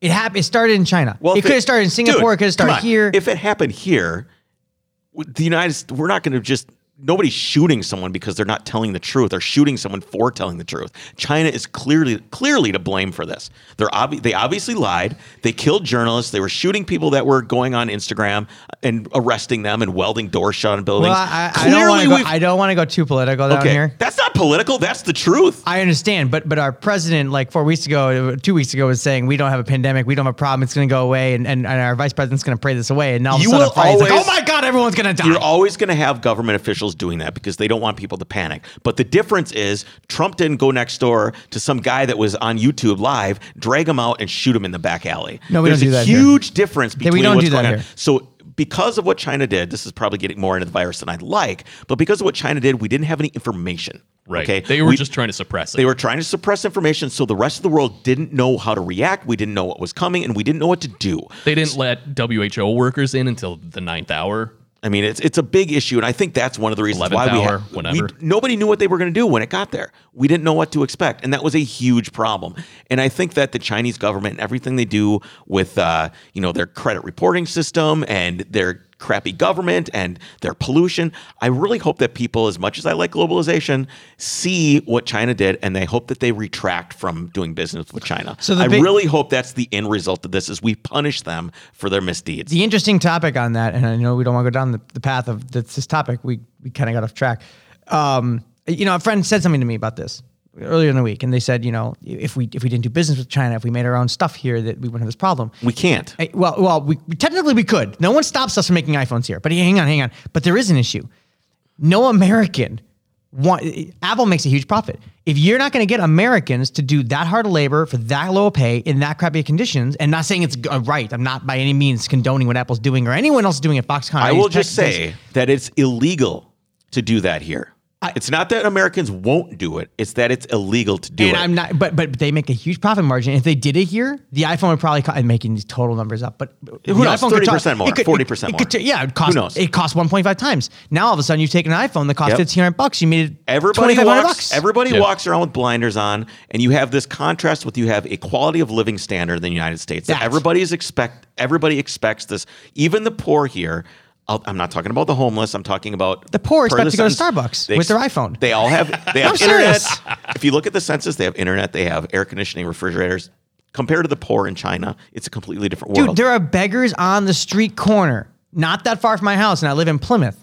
C: It happened. It started in China.
A: Well,
C: it
A: if
C: could have started in Singapore.
A: Dude,
C: it could
A: come
C: have started
A: on.
C: here.
A: If it happened here, w- the United States, we're not going to just nobody's shooting someone because they're not telling the truth or shooting someone for telling the truth. China is clearly clearly to blame for this. They're obvi- they obviously lied. They killed journalists. They were shooting people that were going on Instagram and arresting them and welding doors shut on buildings.
C: well, I, I, I don't want to
A: we've-
C: go. I don't want to go too political down
A: okay,
C: here.
A: that's not political. That's the truth.
C: I understand, but but our president, like four weeks ago, two weeks ago, was saying we don't have a pandemic, we don't have a problem, it's going to go away, and, and, and our vice president's going to pray this away, and now all
A: You
C: of
A: will
C: a sudden, on Friday, it's like,
A: always-
C: oh my God, everyone's going to die.
A: You're always going to have government officials officials doing that because they don't want people to panic. But the difference is Trump didn't go next door to some guy that was on YouTube live, drag him out, and shoot him in the back alley.
C: No, we
A: There's
C: don't do
A: a
C: that here.
A: huge difference
C: we
A: between
C: don't
A: what's
C: do that
A: going on.
C: here.
A: So because of what China did, this is probably getting more into the virus than I'd like, but because of what China did, we didn't have any information.
B: Right.
A: Okay.
B: They were
A: We-
B: just trying to suppress it.
A: they were trying to suppress information so the rest of the world didn't know how to react. We didn't know what was coming and we didn't know what to do.
B: They didn't let WHO workers in until the ninth hour.
A: I mean, it's it's a big issue, and I think that's one of the reasons
B: 11th
A: why we,
B: hour,
A: ha-
B: whatever.
A: we- nobody knew what they were going to do when it got there. We didn't know what to expect, and that was a huge problem. And I think that the Chinese government and everything they do with uh, you know their credit reporting system and their crappy government and their pollution, I really hope that people, as much as I like globalization, see what China did, and they hope that they retract from doing business with China.
C: So the
A: I
C: big-
A: really hope that's the end result of this: is we punish them for their misdeeds.
C: the interesting topic on that, and I know we don't want to go down the, the path of this, this topic. We we kind of got off track. Um, you know, a friend said something to me about this earlier in the week, and they said, you know, if we if we didn't do business with China, if we made our own stuff here, that we wouldn't have this problem.
A: we can't.
C: Hey, well, well, we technically we could. No one stops us from making iPhones here. But hang on, hang on. But there is an issue. No American. Want, Apple makes a huge profit. If you're not going to get Americans to do that hard labor for that low a pay in that crappy conditions, and not saying it's g- uh, right, I'm not by any means condoning what Apple's doing or anyone else doing at Foxconn.
A: I
C: use
A: will just
C: tech- this-
A: say that it's illegal to do that here. it's not that Americans won't do it; it's that it's illegal to do
C: and
A: it.
C: I'm not, but but they make a huge profit margin. If they did it here, the iPhone would probably. Co- I'm making these total numbers up, but the
A: knows?
C: iPhone could
A: 30% more,
C: it could- it-
A: 40%
C: it could
A: more.
C: t- yeah, it cost,
A: Who knows?
C: It costs 1.5 times. Now all of a sudden, you've taken an iPhone that
A: Yep.
C: costs 1,500 bucks. You made it
A: everybody
C: 2,500
A: walks.
C: bucks.
A: Everybody
B: Yeah.
A: walks around with blinders on, and you have this contrast with you have a quality of living standard in the United States that,
C: That.
A: everybody is expect. Everybody expects this. Even the poor here. I'll, I'm not talking about the homeless. I'm talking about
C: The poor
A: per
C: expect to go to
A: census,
C: Starbucks with their iPhone.
A: They all have. They have
C: I'm
A: internet.
C: serious.
A: If you look at the census, they have internet. They have air conditioning, refrigerators. Compared to the poor in China, it's a completely different world.
C: Dude, there are beggars on the street corner, not that far from my house, and I live in Plymouth,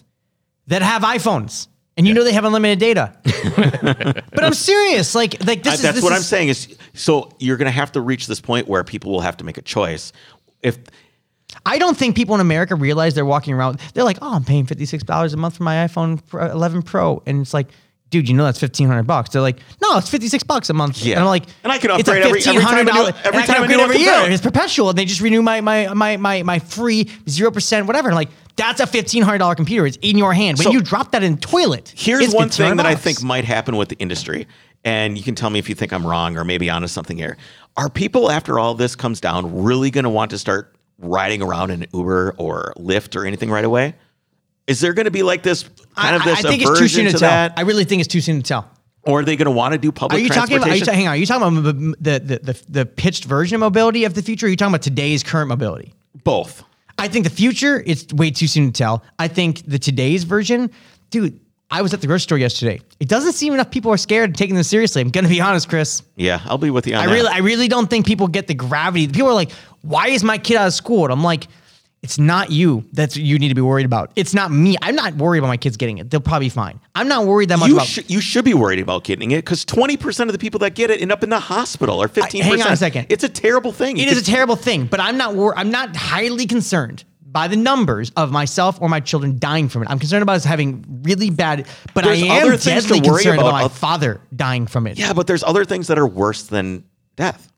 C: that have iPhones, and you know they have unlimited data. but I'm serious. Like like this
A: I-
C: is
A: that's
C: this
A: what I'm
C: is-
A: saying is so you're going to have to reach this point where people will have to make a choice. If
C: I don't think people in America realize they're walking around. They're like, oh, I'm paying fifty six dollars a month for my iPhone Pro- 11 Pro, and it's like, dude, you know that's fifteen hundred bucks. They're like, no, it's fifty six bucks a month.
A: Yeah.
C: and I'm like,
A: And I can
C: it's a
A: upgrade every- every time I do-
C: $1,500
A: every
C: and I can
A: time I do it,
C: upgrade every
A: it comes
C: year.
A: out.
C: It's perpetual, and they just renew my my my my my free zero percent whatever. And like that's a fifteen hundred dollar computer. It's in your hand when
A: So-
C: you drop that in the toilet.
A: here's
C: it's
A: one thing that I
C: $1,500.
A: think might happen with the industry, and you can tell me if you think I'm wrong or maybe onto something here. Are people after all this comes down really going to want to start riding around in Uber or Lyft or anything right away? Is there going to be like this kind of
C: I- I-
A: this
C: I think it's
A: aversion
C: too soon
A: to,
C: to tell.
A: that,
C: I really think it's too soon to tell.
A: or are they going to want to do public
C: Are you talking
A: transportation?
C: about? Are you, ta- hang on. Are you talking about the the, the the pitched version of mobility of the future? Or are you talking about today's current mobility?
A: Both.
C: I think the future. It's way too soon to tell. I think the today's version, dude. I was at the grocery store yesterday. It doesn't seem enough people are scared of taking this seriously. I'm gonna be honest, Chris.
A: Yeah, I'll be with you on
C: I
A: that.
C: really, I really don't think people get the gravity. People are like, "Why is my kid out of school?" And I'm like, "It's not you. That's what you need to be worried about. It's not me. I'm not worried about my kids getting it. They'll probably be fine. I'm not worried that much
A: you,
C: about
A: should you should be worried about getting it because 20% of the people that get it end up in the hospital or 15%.
C: hang on a second.
A: It's a terrible thing.
C: It is a terrible thing, but I'm not wor- I'm not highly concerned by the numbers of myself or my children dying from it. I'm concerned about us having really bad, but
A: There's
C: I am
A: other things to
C: deadly
A: worry
C: concerned about,
A: about.
C: my father dying from it.
A: Yeah, but there's other things that are worse than death.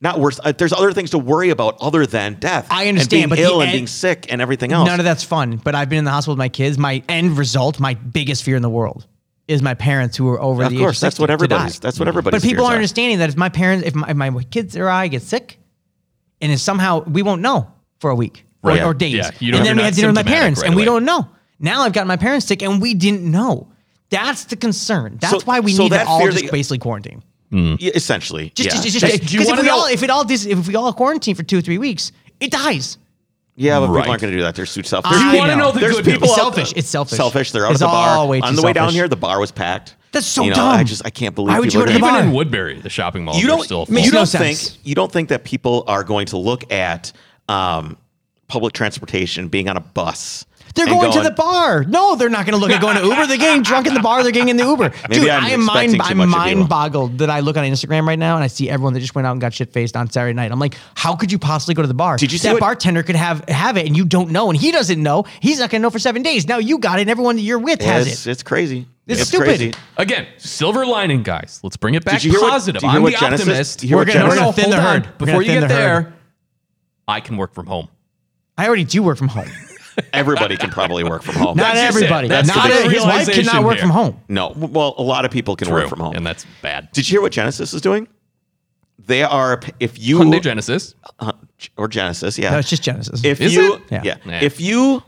A: Not worse. Uh, there's other things to worry about other than death.
C: I understand,
A: And
C: but
A: being
C: the
A: ill and
C: end-
A: being sick and everything else.
C: None of that's fun, but I've been in the hospital with my kids. My end result, my biggest fear in the world is my parents who are over
A: Of
C: the age
A: course, that's
C: 60
A: what
C: to
A: everybody's.
C: die.
A: That's what everybody's.
C: But people
A: fears
C: aren't
A: are.
C: understanding that if my parents, if my, if my kids or I get sick, and if somehow we won't know for a week or,
B: Right.
C: or days,
B: Yeah, you don't- you're
C: and then we
B: not
C: had dinner with my
B: symptomatic
C: parents,
B: right
C: and we
B: away.
C: don't know. Now I've got my parents sick, and we didn't know. That's the concern. That's
A: So-
C: why we
A: so
C: need to
A: that
C: all
A: fear
C: just
A: that-
C: basically quarantine.
A: Yeah, essentially.
C: Just,
A: yeah.
C: just, just,
B: Hey, do you
C: because if
B: wanna
C: we
B: know-
C: all, if it all, dis, if we all quarantine for two or three weeks, it dies.
A: yeah, but
B: Right.
A: people aren't going to do that. They're too selfish.
C: I
A: There's-
B: wanna
A: there's
B: know the good
A: people
C: news.
A: out
C: Selfish.
A: there-
C: It's selfish.
A: Selfish. They're out
C: It's
A: at the bar.
C: all way too
A: On the way down
C: selfish.
A: here, the bar was packed.
C: That's so
A: you know,
C: dumb.
A: I just I can't believe.
C: Why would
A: people
C: you
A: are
C: go to
A: doing
C: the
A: that.
B: Even
C: bar?
B: in Woodbury, the shopping mall,
A: you
B: they're
A: don't
B: still full.
A: you
C: no
A: don't think
C: sense.
A: you don't think that people are going to look at um, public transportation being on a bus
C: They're
A: and
C: going, to
A: going-
C: the bar. No, they're not going to look at going to Uber. They're getting drunk in the bar. They're getting in the Uber.
A: Maybe
C: Dude,
A: I'm
C: I am mind,
A: expecting too
C: I'm
A: much of people.
C: mind boggled that I look on Instagram right now and I see everyone that just went out and got shit faced on Saturday night. I'm like, how could you possibly go to the bar?
A: Did you see
C: that
A: what-
C: bartender could have have it and you don't know and he doesn't know. He's not going to know for seven days. Now you got it and everyone that you're with has
A: it's,
C: it.
A: it's crazy.
C: It's stupid.
A: crazy.
B: Again, silver lining, guys. Let's bring it back
A: Did you hear what-
B: positive.
A: did you hear
B: I'm
A: what
B: the
A: Genesis-
B: optimist.
A: did you hear what
B: We're
A: Genesis-
B: gonna- no, no,
C: We're gonna
B: hold
C: thin the
B: on.
C: herd. We're gonna
B: Before you
C: thin
B: get
C: the
B: there,
C: herd.
B: I can work from home.
C: I already do work from home.
A: Everybody can probably work from home.
C: Not
B: just it.
C: everybody.
B: That's
C: not
A: the big
C: every- his wife
B: realization
C: cannot work
B: here.
C: from home.
A: no. Well, a lot of people can work from home.
B: and that's bad.
A: Did you hear what Genesis is doing? They are if you
B: Hyundai Genesis.
A: uh, or Genesis, yeah.
C: No, it's just Genesis.
A: if
B: Is
A: you
B: it?
A: Yeah.
C: Yeah.
B: Nah.
A: if you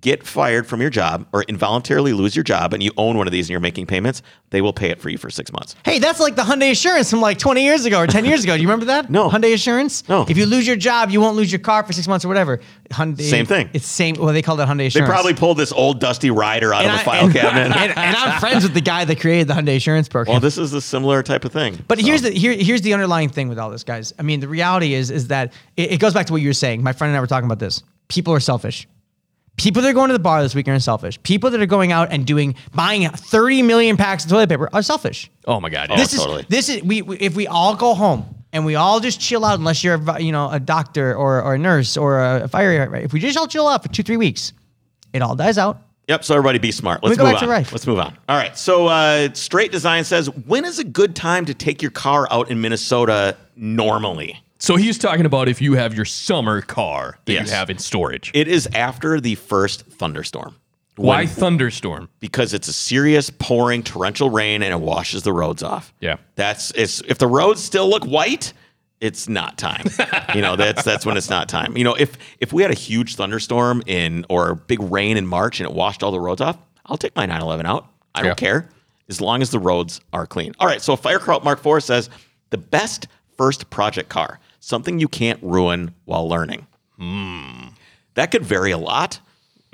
A: get fired from your job or involuntarily lose your job and you own one of these and you're making payments, they will pay it for you for six months.
C: Hey, that's like the Hyundai Assurance from like 20 years ago or 10 years ago. Do you remember that?
A: No.
C: Hyundai Assurance?
A: No.
C: If you lose your job, you won't lose your car for six months or whatever. Hyundai.
A: Same thing.
C: It's same. Well, they call that Hyundai Assurance.
A: They probably pulled this old dusty rider out
C: And
A: of
C: I-
A: a file
C: and-
A: cabinet.
C: And, and I'm friends with the guy that created the Hyundai Assurance program.
A: well, this is a similar type of thing.
C: But
A: So,
C: here's the here, here's the underlying thing with all this, guys. I mean, the reality is is that it, it goes back to what you were saying. My friend and I were talking about this. People are selfish. People that are going to the bar this weekend are selfish. People that are going out and doing buying 30 million packs of toilet paper are selfish.
B: Oh my god. yeah.
C: this
A: totally.
C: is this is we, we if we all go home and we all just chill out unless you're a vi- you know a doctor or, or a nurse or a fire if we just all chill out for 2 3 weeks it all dies out
A: Yep. So everybody be smart. Let's
C: me go
A: move
C: back
A: on.
C: to Rife.
A: Let's move on. All right. So uh, Straight Design says, when is a good time to take your car out in Minnesota normally?
B: so he's talking about if you have your summer car that
A: Yes.
B: you have in storage.
A: It is after the first thunderstorm.
B: Why
A: When-
B: thunderstorm?
A: because it's a serious pouring torrential rain and it washes the roads off.
B: Yeah.
A: That's it's if the roads still look white, it's not time. you know, that's that's when it's not time. You know, if if we had a huge thunderstorm in or big rain in March and it washed all the roads off, I'll take my 911 out. I
B: Yeah.
A: don't care as long as the roads are clean. All right, so Firecrawl Mark 4 says the best first project car, something you can't ruin while learning.
B: Hmm.
A: That could vary a lot.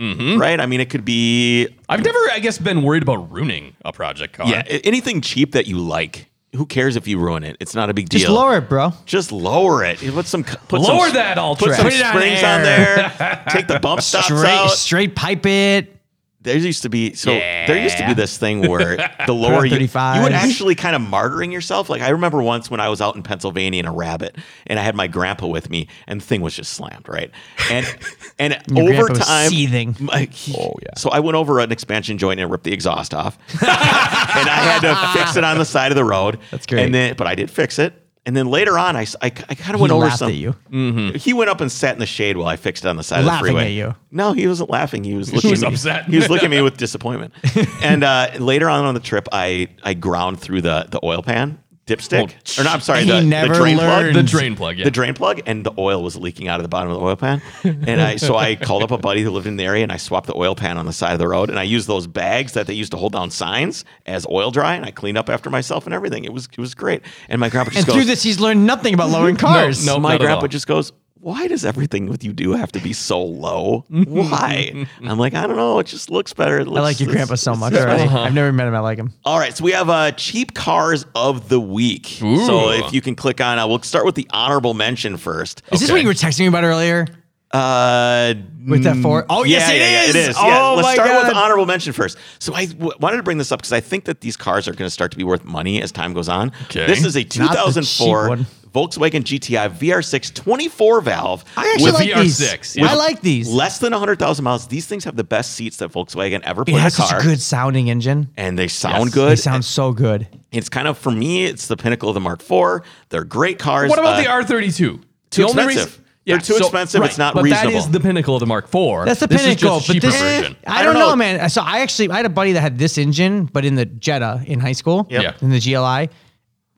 B: Mm-hmm.
A: Right? I mean, it could be
B: I've never, I guess, been worried about ruining a project car.
A: yeah, a- anything cheap that you like. Who cares if you ruin it? It's not a big deal.
C: just lower it bro
A: Just lower it. Put some put
B: Lower
A: some,
B: that all
A: Put some
B: trash.
C: Put it on
A: springs on
C: there.
A: there. Take the bump stops
C: straight
A: out.
C: straight pipe it
A: There used to be so there used to be
B: Yeah.
A: this thing where the lower you, you would
C: 35s.
A: actually kind of martyring yourself. Like I remember once when I was out in Pennsylvania in a rabbit, and I had my grandpa with me, and the thing was just slammed right. And and
C: Your
A: over
C: grandpa was
A: time,
C: seething.
A: my- he-
C: Oh,
A: So I went over an expansion joint and ripped the exhaust off, and I had to fix it on the side of the road. That's
C: great.
A: And then, but I did fix it. And then later on, I, s- I, kind of
C: he
A: went over
C: laughed
A: some.
C: at you
A: He went up and sat in the shade while I fixed it on the side of the
C: Mm-hmm. Laughing
A: freeway.
C: at you.
A: No, he wasn't laughing. He was looking
B: was
A: at me.
B: upset.
A: He was looking at me with disappointment. and uh, later on on the trip, I I ground through the the oil pan dipstick, or no, I'm sorry,
C: He
A: the, the
C: never
A: drain plug.
C: learned.
B: The drain plug. Yeah.
A: The drain plug and the oil was leaking out of the bottom of the oil pan, and I so I called up a buddy who lived in the area, and I swapped the oil pan on the side of the road, and I used those bags that they used to hold down signs as oil dry, and I cleaned up after myself and everything. It was it was great, and my grandpa just
C: and
A: goes,
C: through this he's learned nothing about lowering cars
B: no.
A: my
B: not at
A: grandpa
B: all.
A: just goes, Why does everything with you do have to be so low? Why? I'm like, I don't know. It just looks better. It
C: I
A: looks-
C: like your
A: it's-
C: grandpa so
A: it's-
C: much
A: it's
C: already.
A: better."
C: I've never met him. I like him.
A: All right. So we have uh, cheap cars of the week.
B: Ooh.
A: So if you can click on, uh, we'll start with the honorable mention first.
C: Is this
B: Okay.
C: what you were texting me about earlier
A: Uh,
C: with that Ford? Oh, yes,
A: yeah,
C: it is.
A: yeah, yeah, it is.
C: Oh,
A: yeah. Let's
C: my
A: start
C: God.
A: with honorable mention first. So I w- wanted to bring this up because I think that these cars are going to start to be worth money as time goes on.
B: Okay.
A: This is a
C: Not the cheap
A: 2004
C: one.
A: Volkswagen GTI VR6 24 valve.
C: I actually
B: With
C: like
B: VR6,
C: these.
B: yeah.
C: I like these. It
A: less than 100,000 miles. These things have the best seats that Volkswagen ever put in a
C: has such
A: car.
C: a good sounding engine.
A: and they sound
B: Yes.
A: good.
C: It sounds so good.
A: It's kind of for me, it's the pinnacle of the Mark IV. They're great cars.
B: What about
A: Uh,
B: the R32?
A: too
B: the only
A: expensive.
B: reason-
A: They're too expensive. It's not
B: but
A: reasonable.
B: That is the pinnacle of the Mark IV.
C: That's the
B: this
C: pinnacle.
B: Is just a cheaper
C: but this,
B: version.
C: I, don't know, man. So I actually, I had a buddy that had this engine, but in the Jetta in high school,
A: Yep.
B: Yeah.
C: in the GLI,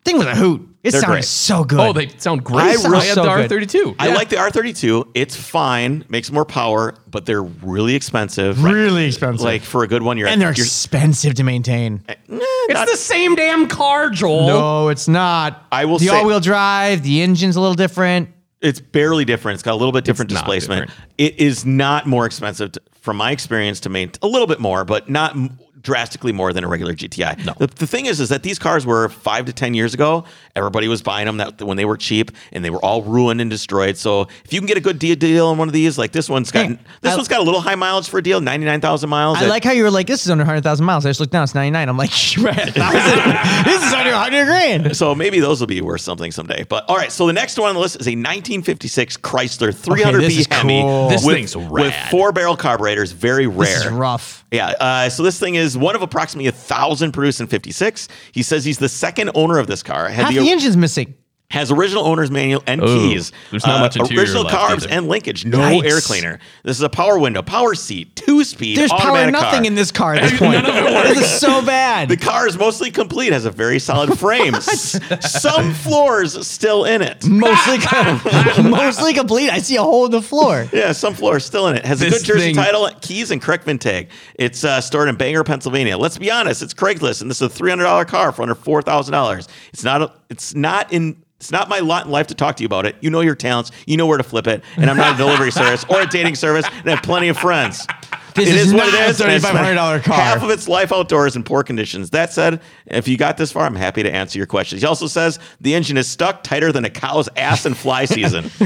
C: thing was a hoot. It
A: They're
C: sounded
A: great.
C: so good.
B: Oh, they sound great.
C: I
B: I,
C: really-
B: have
C: so
B: the
C: good.
B: R32.
A: I
B: Yeah.
A: like the R32. It's fine, makes more power, but they're really expensive.
C: really expensive,
A: Like for a good one, you're
C: and they're
A: you're,
C: expensive to maintain.
A: Nah,
B: It's
A: not-
B: the same damn car, Joel.
C: No, it's not.
A: I will
C: The
A: say-
C: all-wheel drive, the engine's a little different.
A: it's barely different. It's got a little bit different
B: not
A: displacement.
B: different.
A: It is not more expensive, to, from my experience, to maintain a little bit more, but not m- drastically more than a regular GTI. No. The, the thing is, is that these cars were five to ten years ago. Everybody was buying them that when they were cheap, and they were all ruined and destroyed. So if you can get a good de- deal on one of these, like this one's got
C: Hey,
A: this
C: I-
A: one's got a little high mileage for a deal, ninety nine thousand miles.
C: I
A: It-
C: like how you were like, this is under 100,000 miles. I just looked down, it's 99. I'm like, "Right, thousand. this is under 100 grand.
A: So maybe those will be worth something someday. But all right, so the next one on the list is a 1956 Chrysler 300B
C: this is
A: Hemi
C: cool.
B: This
A: with,
B: thing's rad.
A: with four-barrel carburetors, very rare.
C: This is rough.
A: Yeah. Uh, so this thing is one of approximately a thousand produced in '56. He says he's the second owner of this car. Had
C: Half the engine's missing.
A: has original owner's manual and
B: Oh,
A: keys. uh,
B: there's not much interior
A: original
B: left
A: carbs
B: either.
A: and linkage. No
C: Yikes.
A: air cleaner. This is a power window, power seat, two-speed.
C: There's power
A: automatic
C: nothing
A: car.
C: in this car at this point. this is so bad.
A: The car is mostly complete, has a very solid frame. S- Some floors still in it.
C: mostly, mostly complete. I see a hole in the floor.
A: Yeah, some floor is still in it. Has a
B: This
A: good jersey
B: thing-
A: title, keys, and Kreckman tag. It's uh, stored in Bangor, Pennsylvania. Let's be honest, it's Craigslist, and this is a three hundred dollar car for under four thousand dollars. It's not. A, it's not in. It's not my lot in life to talk to you about it. You know your talents. You know where to flip it. And I'm not a delivery service or a dating service, and I have plenty of friends.
C: This
A: It
C: is
A: what it
C: not a
A: is, and I spent
C: $3,500 car.
A: Half of its life outdoors in poor conditions. That said, if you got this far, I'm happy to answer your questions. He also says the engine is stuck tighter than a cow's ass in fly season.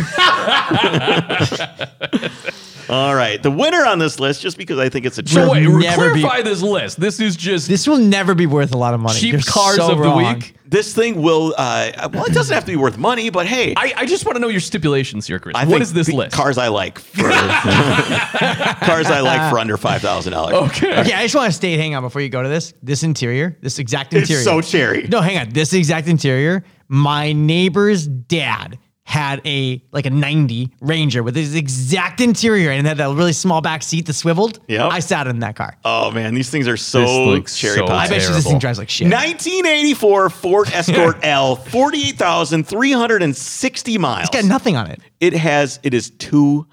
A: All right. The winner on this list, just because I think it's a
B: So
A: joke.
B: wait,
C: Will never be-
B: clarify this list. This is just
C: This will never be worth a lot of money.
B: cheap
C: You're
B: cars
C: so
B: of
C: wrong.
B: the week.
A: This thing will, uh, well, it doesn't have to be worth money, but hey,
B: I, I just want to know your stipulations here, Chris.
A: I
B: what
A: think
B: is this
A: the
B: list?
A: Cars I like for cars I like for under five thousand dollars.
B: Okay.
C: Okay, I just want to state. Hang on, before you go to this, this interior, this exact
A: it's
C: interior.
A: so cherry.
C: no, hang on. This exact interior. My neighbor's dad had a like a '90 Ranger with his exact interior and it had that really small back seat that swiveled.
A: Yep.
C: I sat in that car.
A: Oh man, these things are
B: This
A: so
B: looks
A: cherry
B: so
A: pie.
C: I bet you this
B: terrible.
C: thing drives like shit.
A: 1984 Ford Escort L, 48,360 miles.
C: it's got nothing on it.
A: It has it is two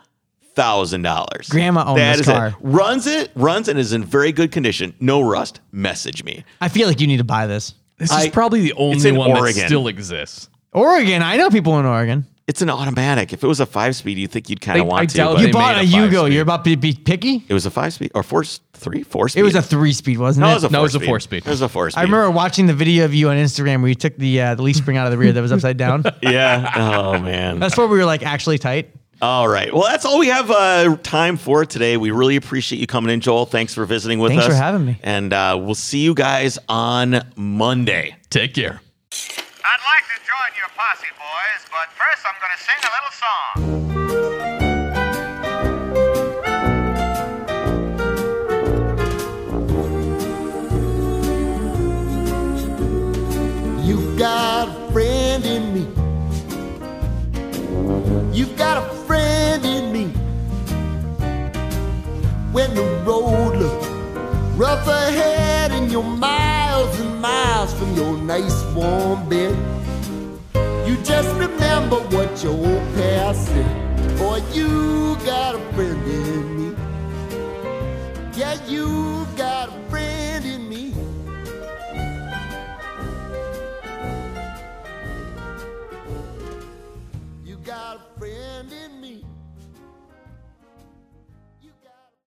A: thousand dollars.
C: Grandma owned
A: That
C: this
A: is it.
C: car.
A: Runs it, runs and is in very good condition. No rust. Message me.
C: I feel like you need to buy this.
B: This
A: I-
B: is probably the only
A: in
B: one
A: Oregon.
B: that still exists.
C: Oregon. I know people in Oregon.
A: It's an automatic. If it was a five speed, you'd think you'd kind
B: They-
A: of want
B: I
A: to.
B: doubt
A: but
B: Oh, they
C: You bought a
B: made a five
C: Yugo.
B: speed.
C: You're about to be picky.
A: It was a five speed or four, three, four speed.
C: It was a three-speed,
A: no,
C: wasn't it?
A: it was a four
B: No, it was a
A: speed.
B: four-speed.
A: It was a four speed.
C: I remember watching the video of you on Instagram where you took the uh, the leaf spring out of the rear that was upside down.
A: Yeah. Oh man.
C: That's where we were like actually tight.
A: All right. Well, that's all we have uh, time for today. We really appreciate you coming in, Joel. Thanks for visiting with
C: Thanks
A: us.
C: for having me.
A: And uh, we'll see you guys on Monday.
B: Take care.
D: I'd like to join your posse, boys, but first I'm going to sing a little song.
F: You've got a friend in me. You've got a friend in me. When the road looks rough ahead and you're miles and miles from your nice warm bed, you just remember what your old past said. Boy, you got a friend in me. Yeah, you've got a friend in me. You got a friend in me.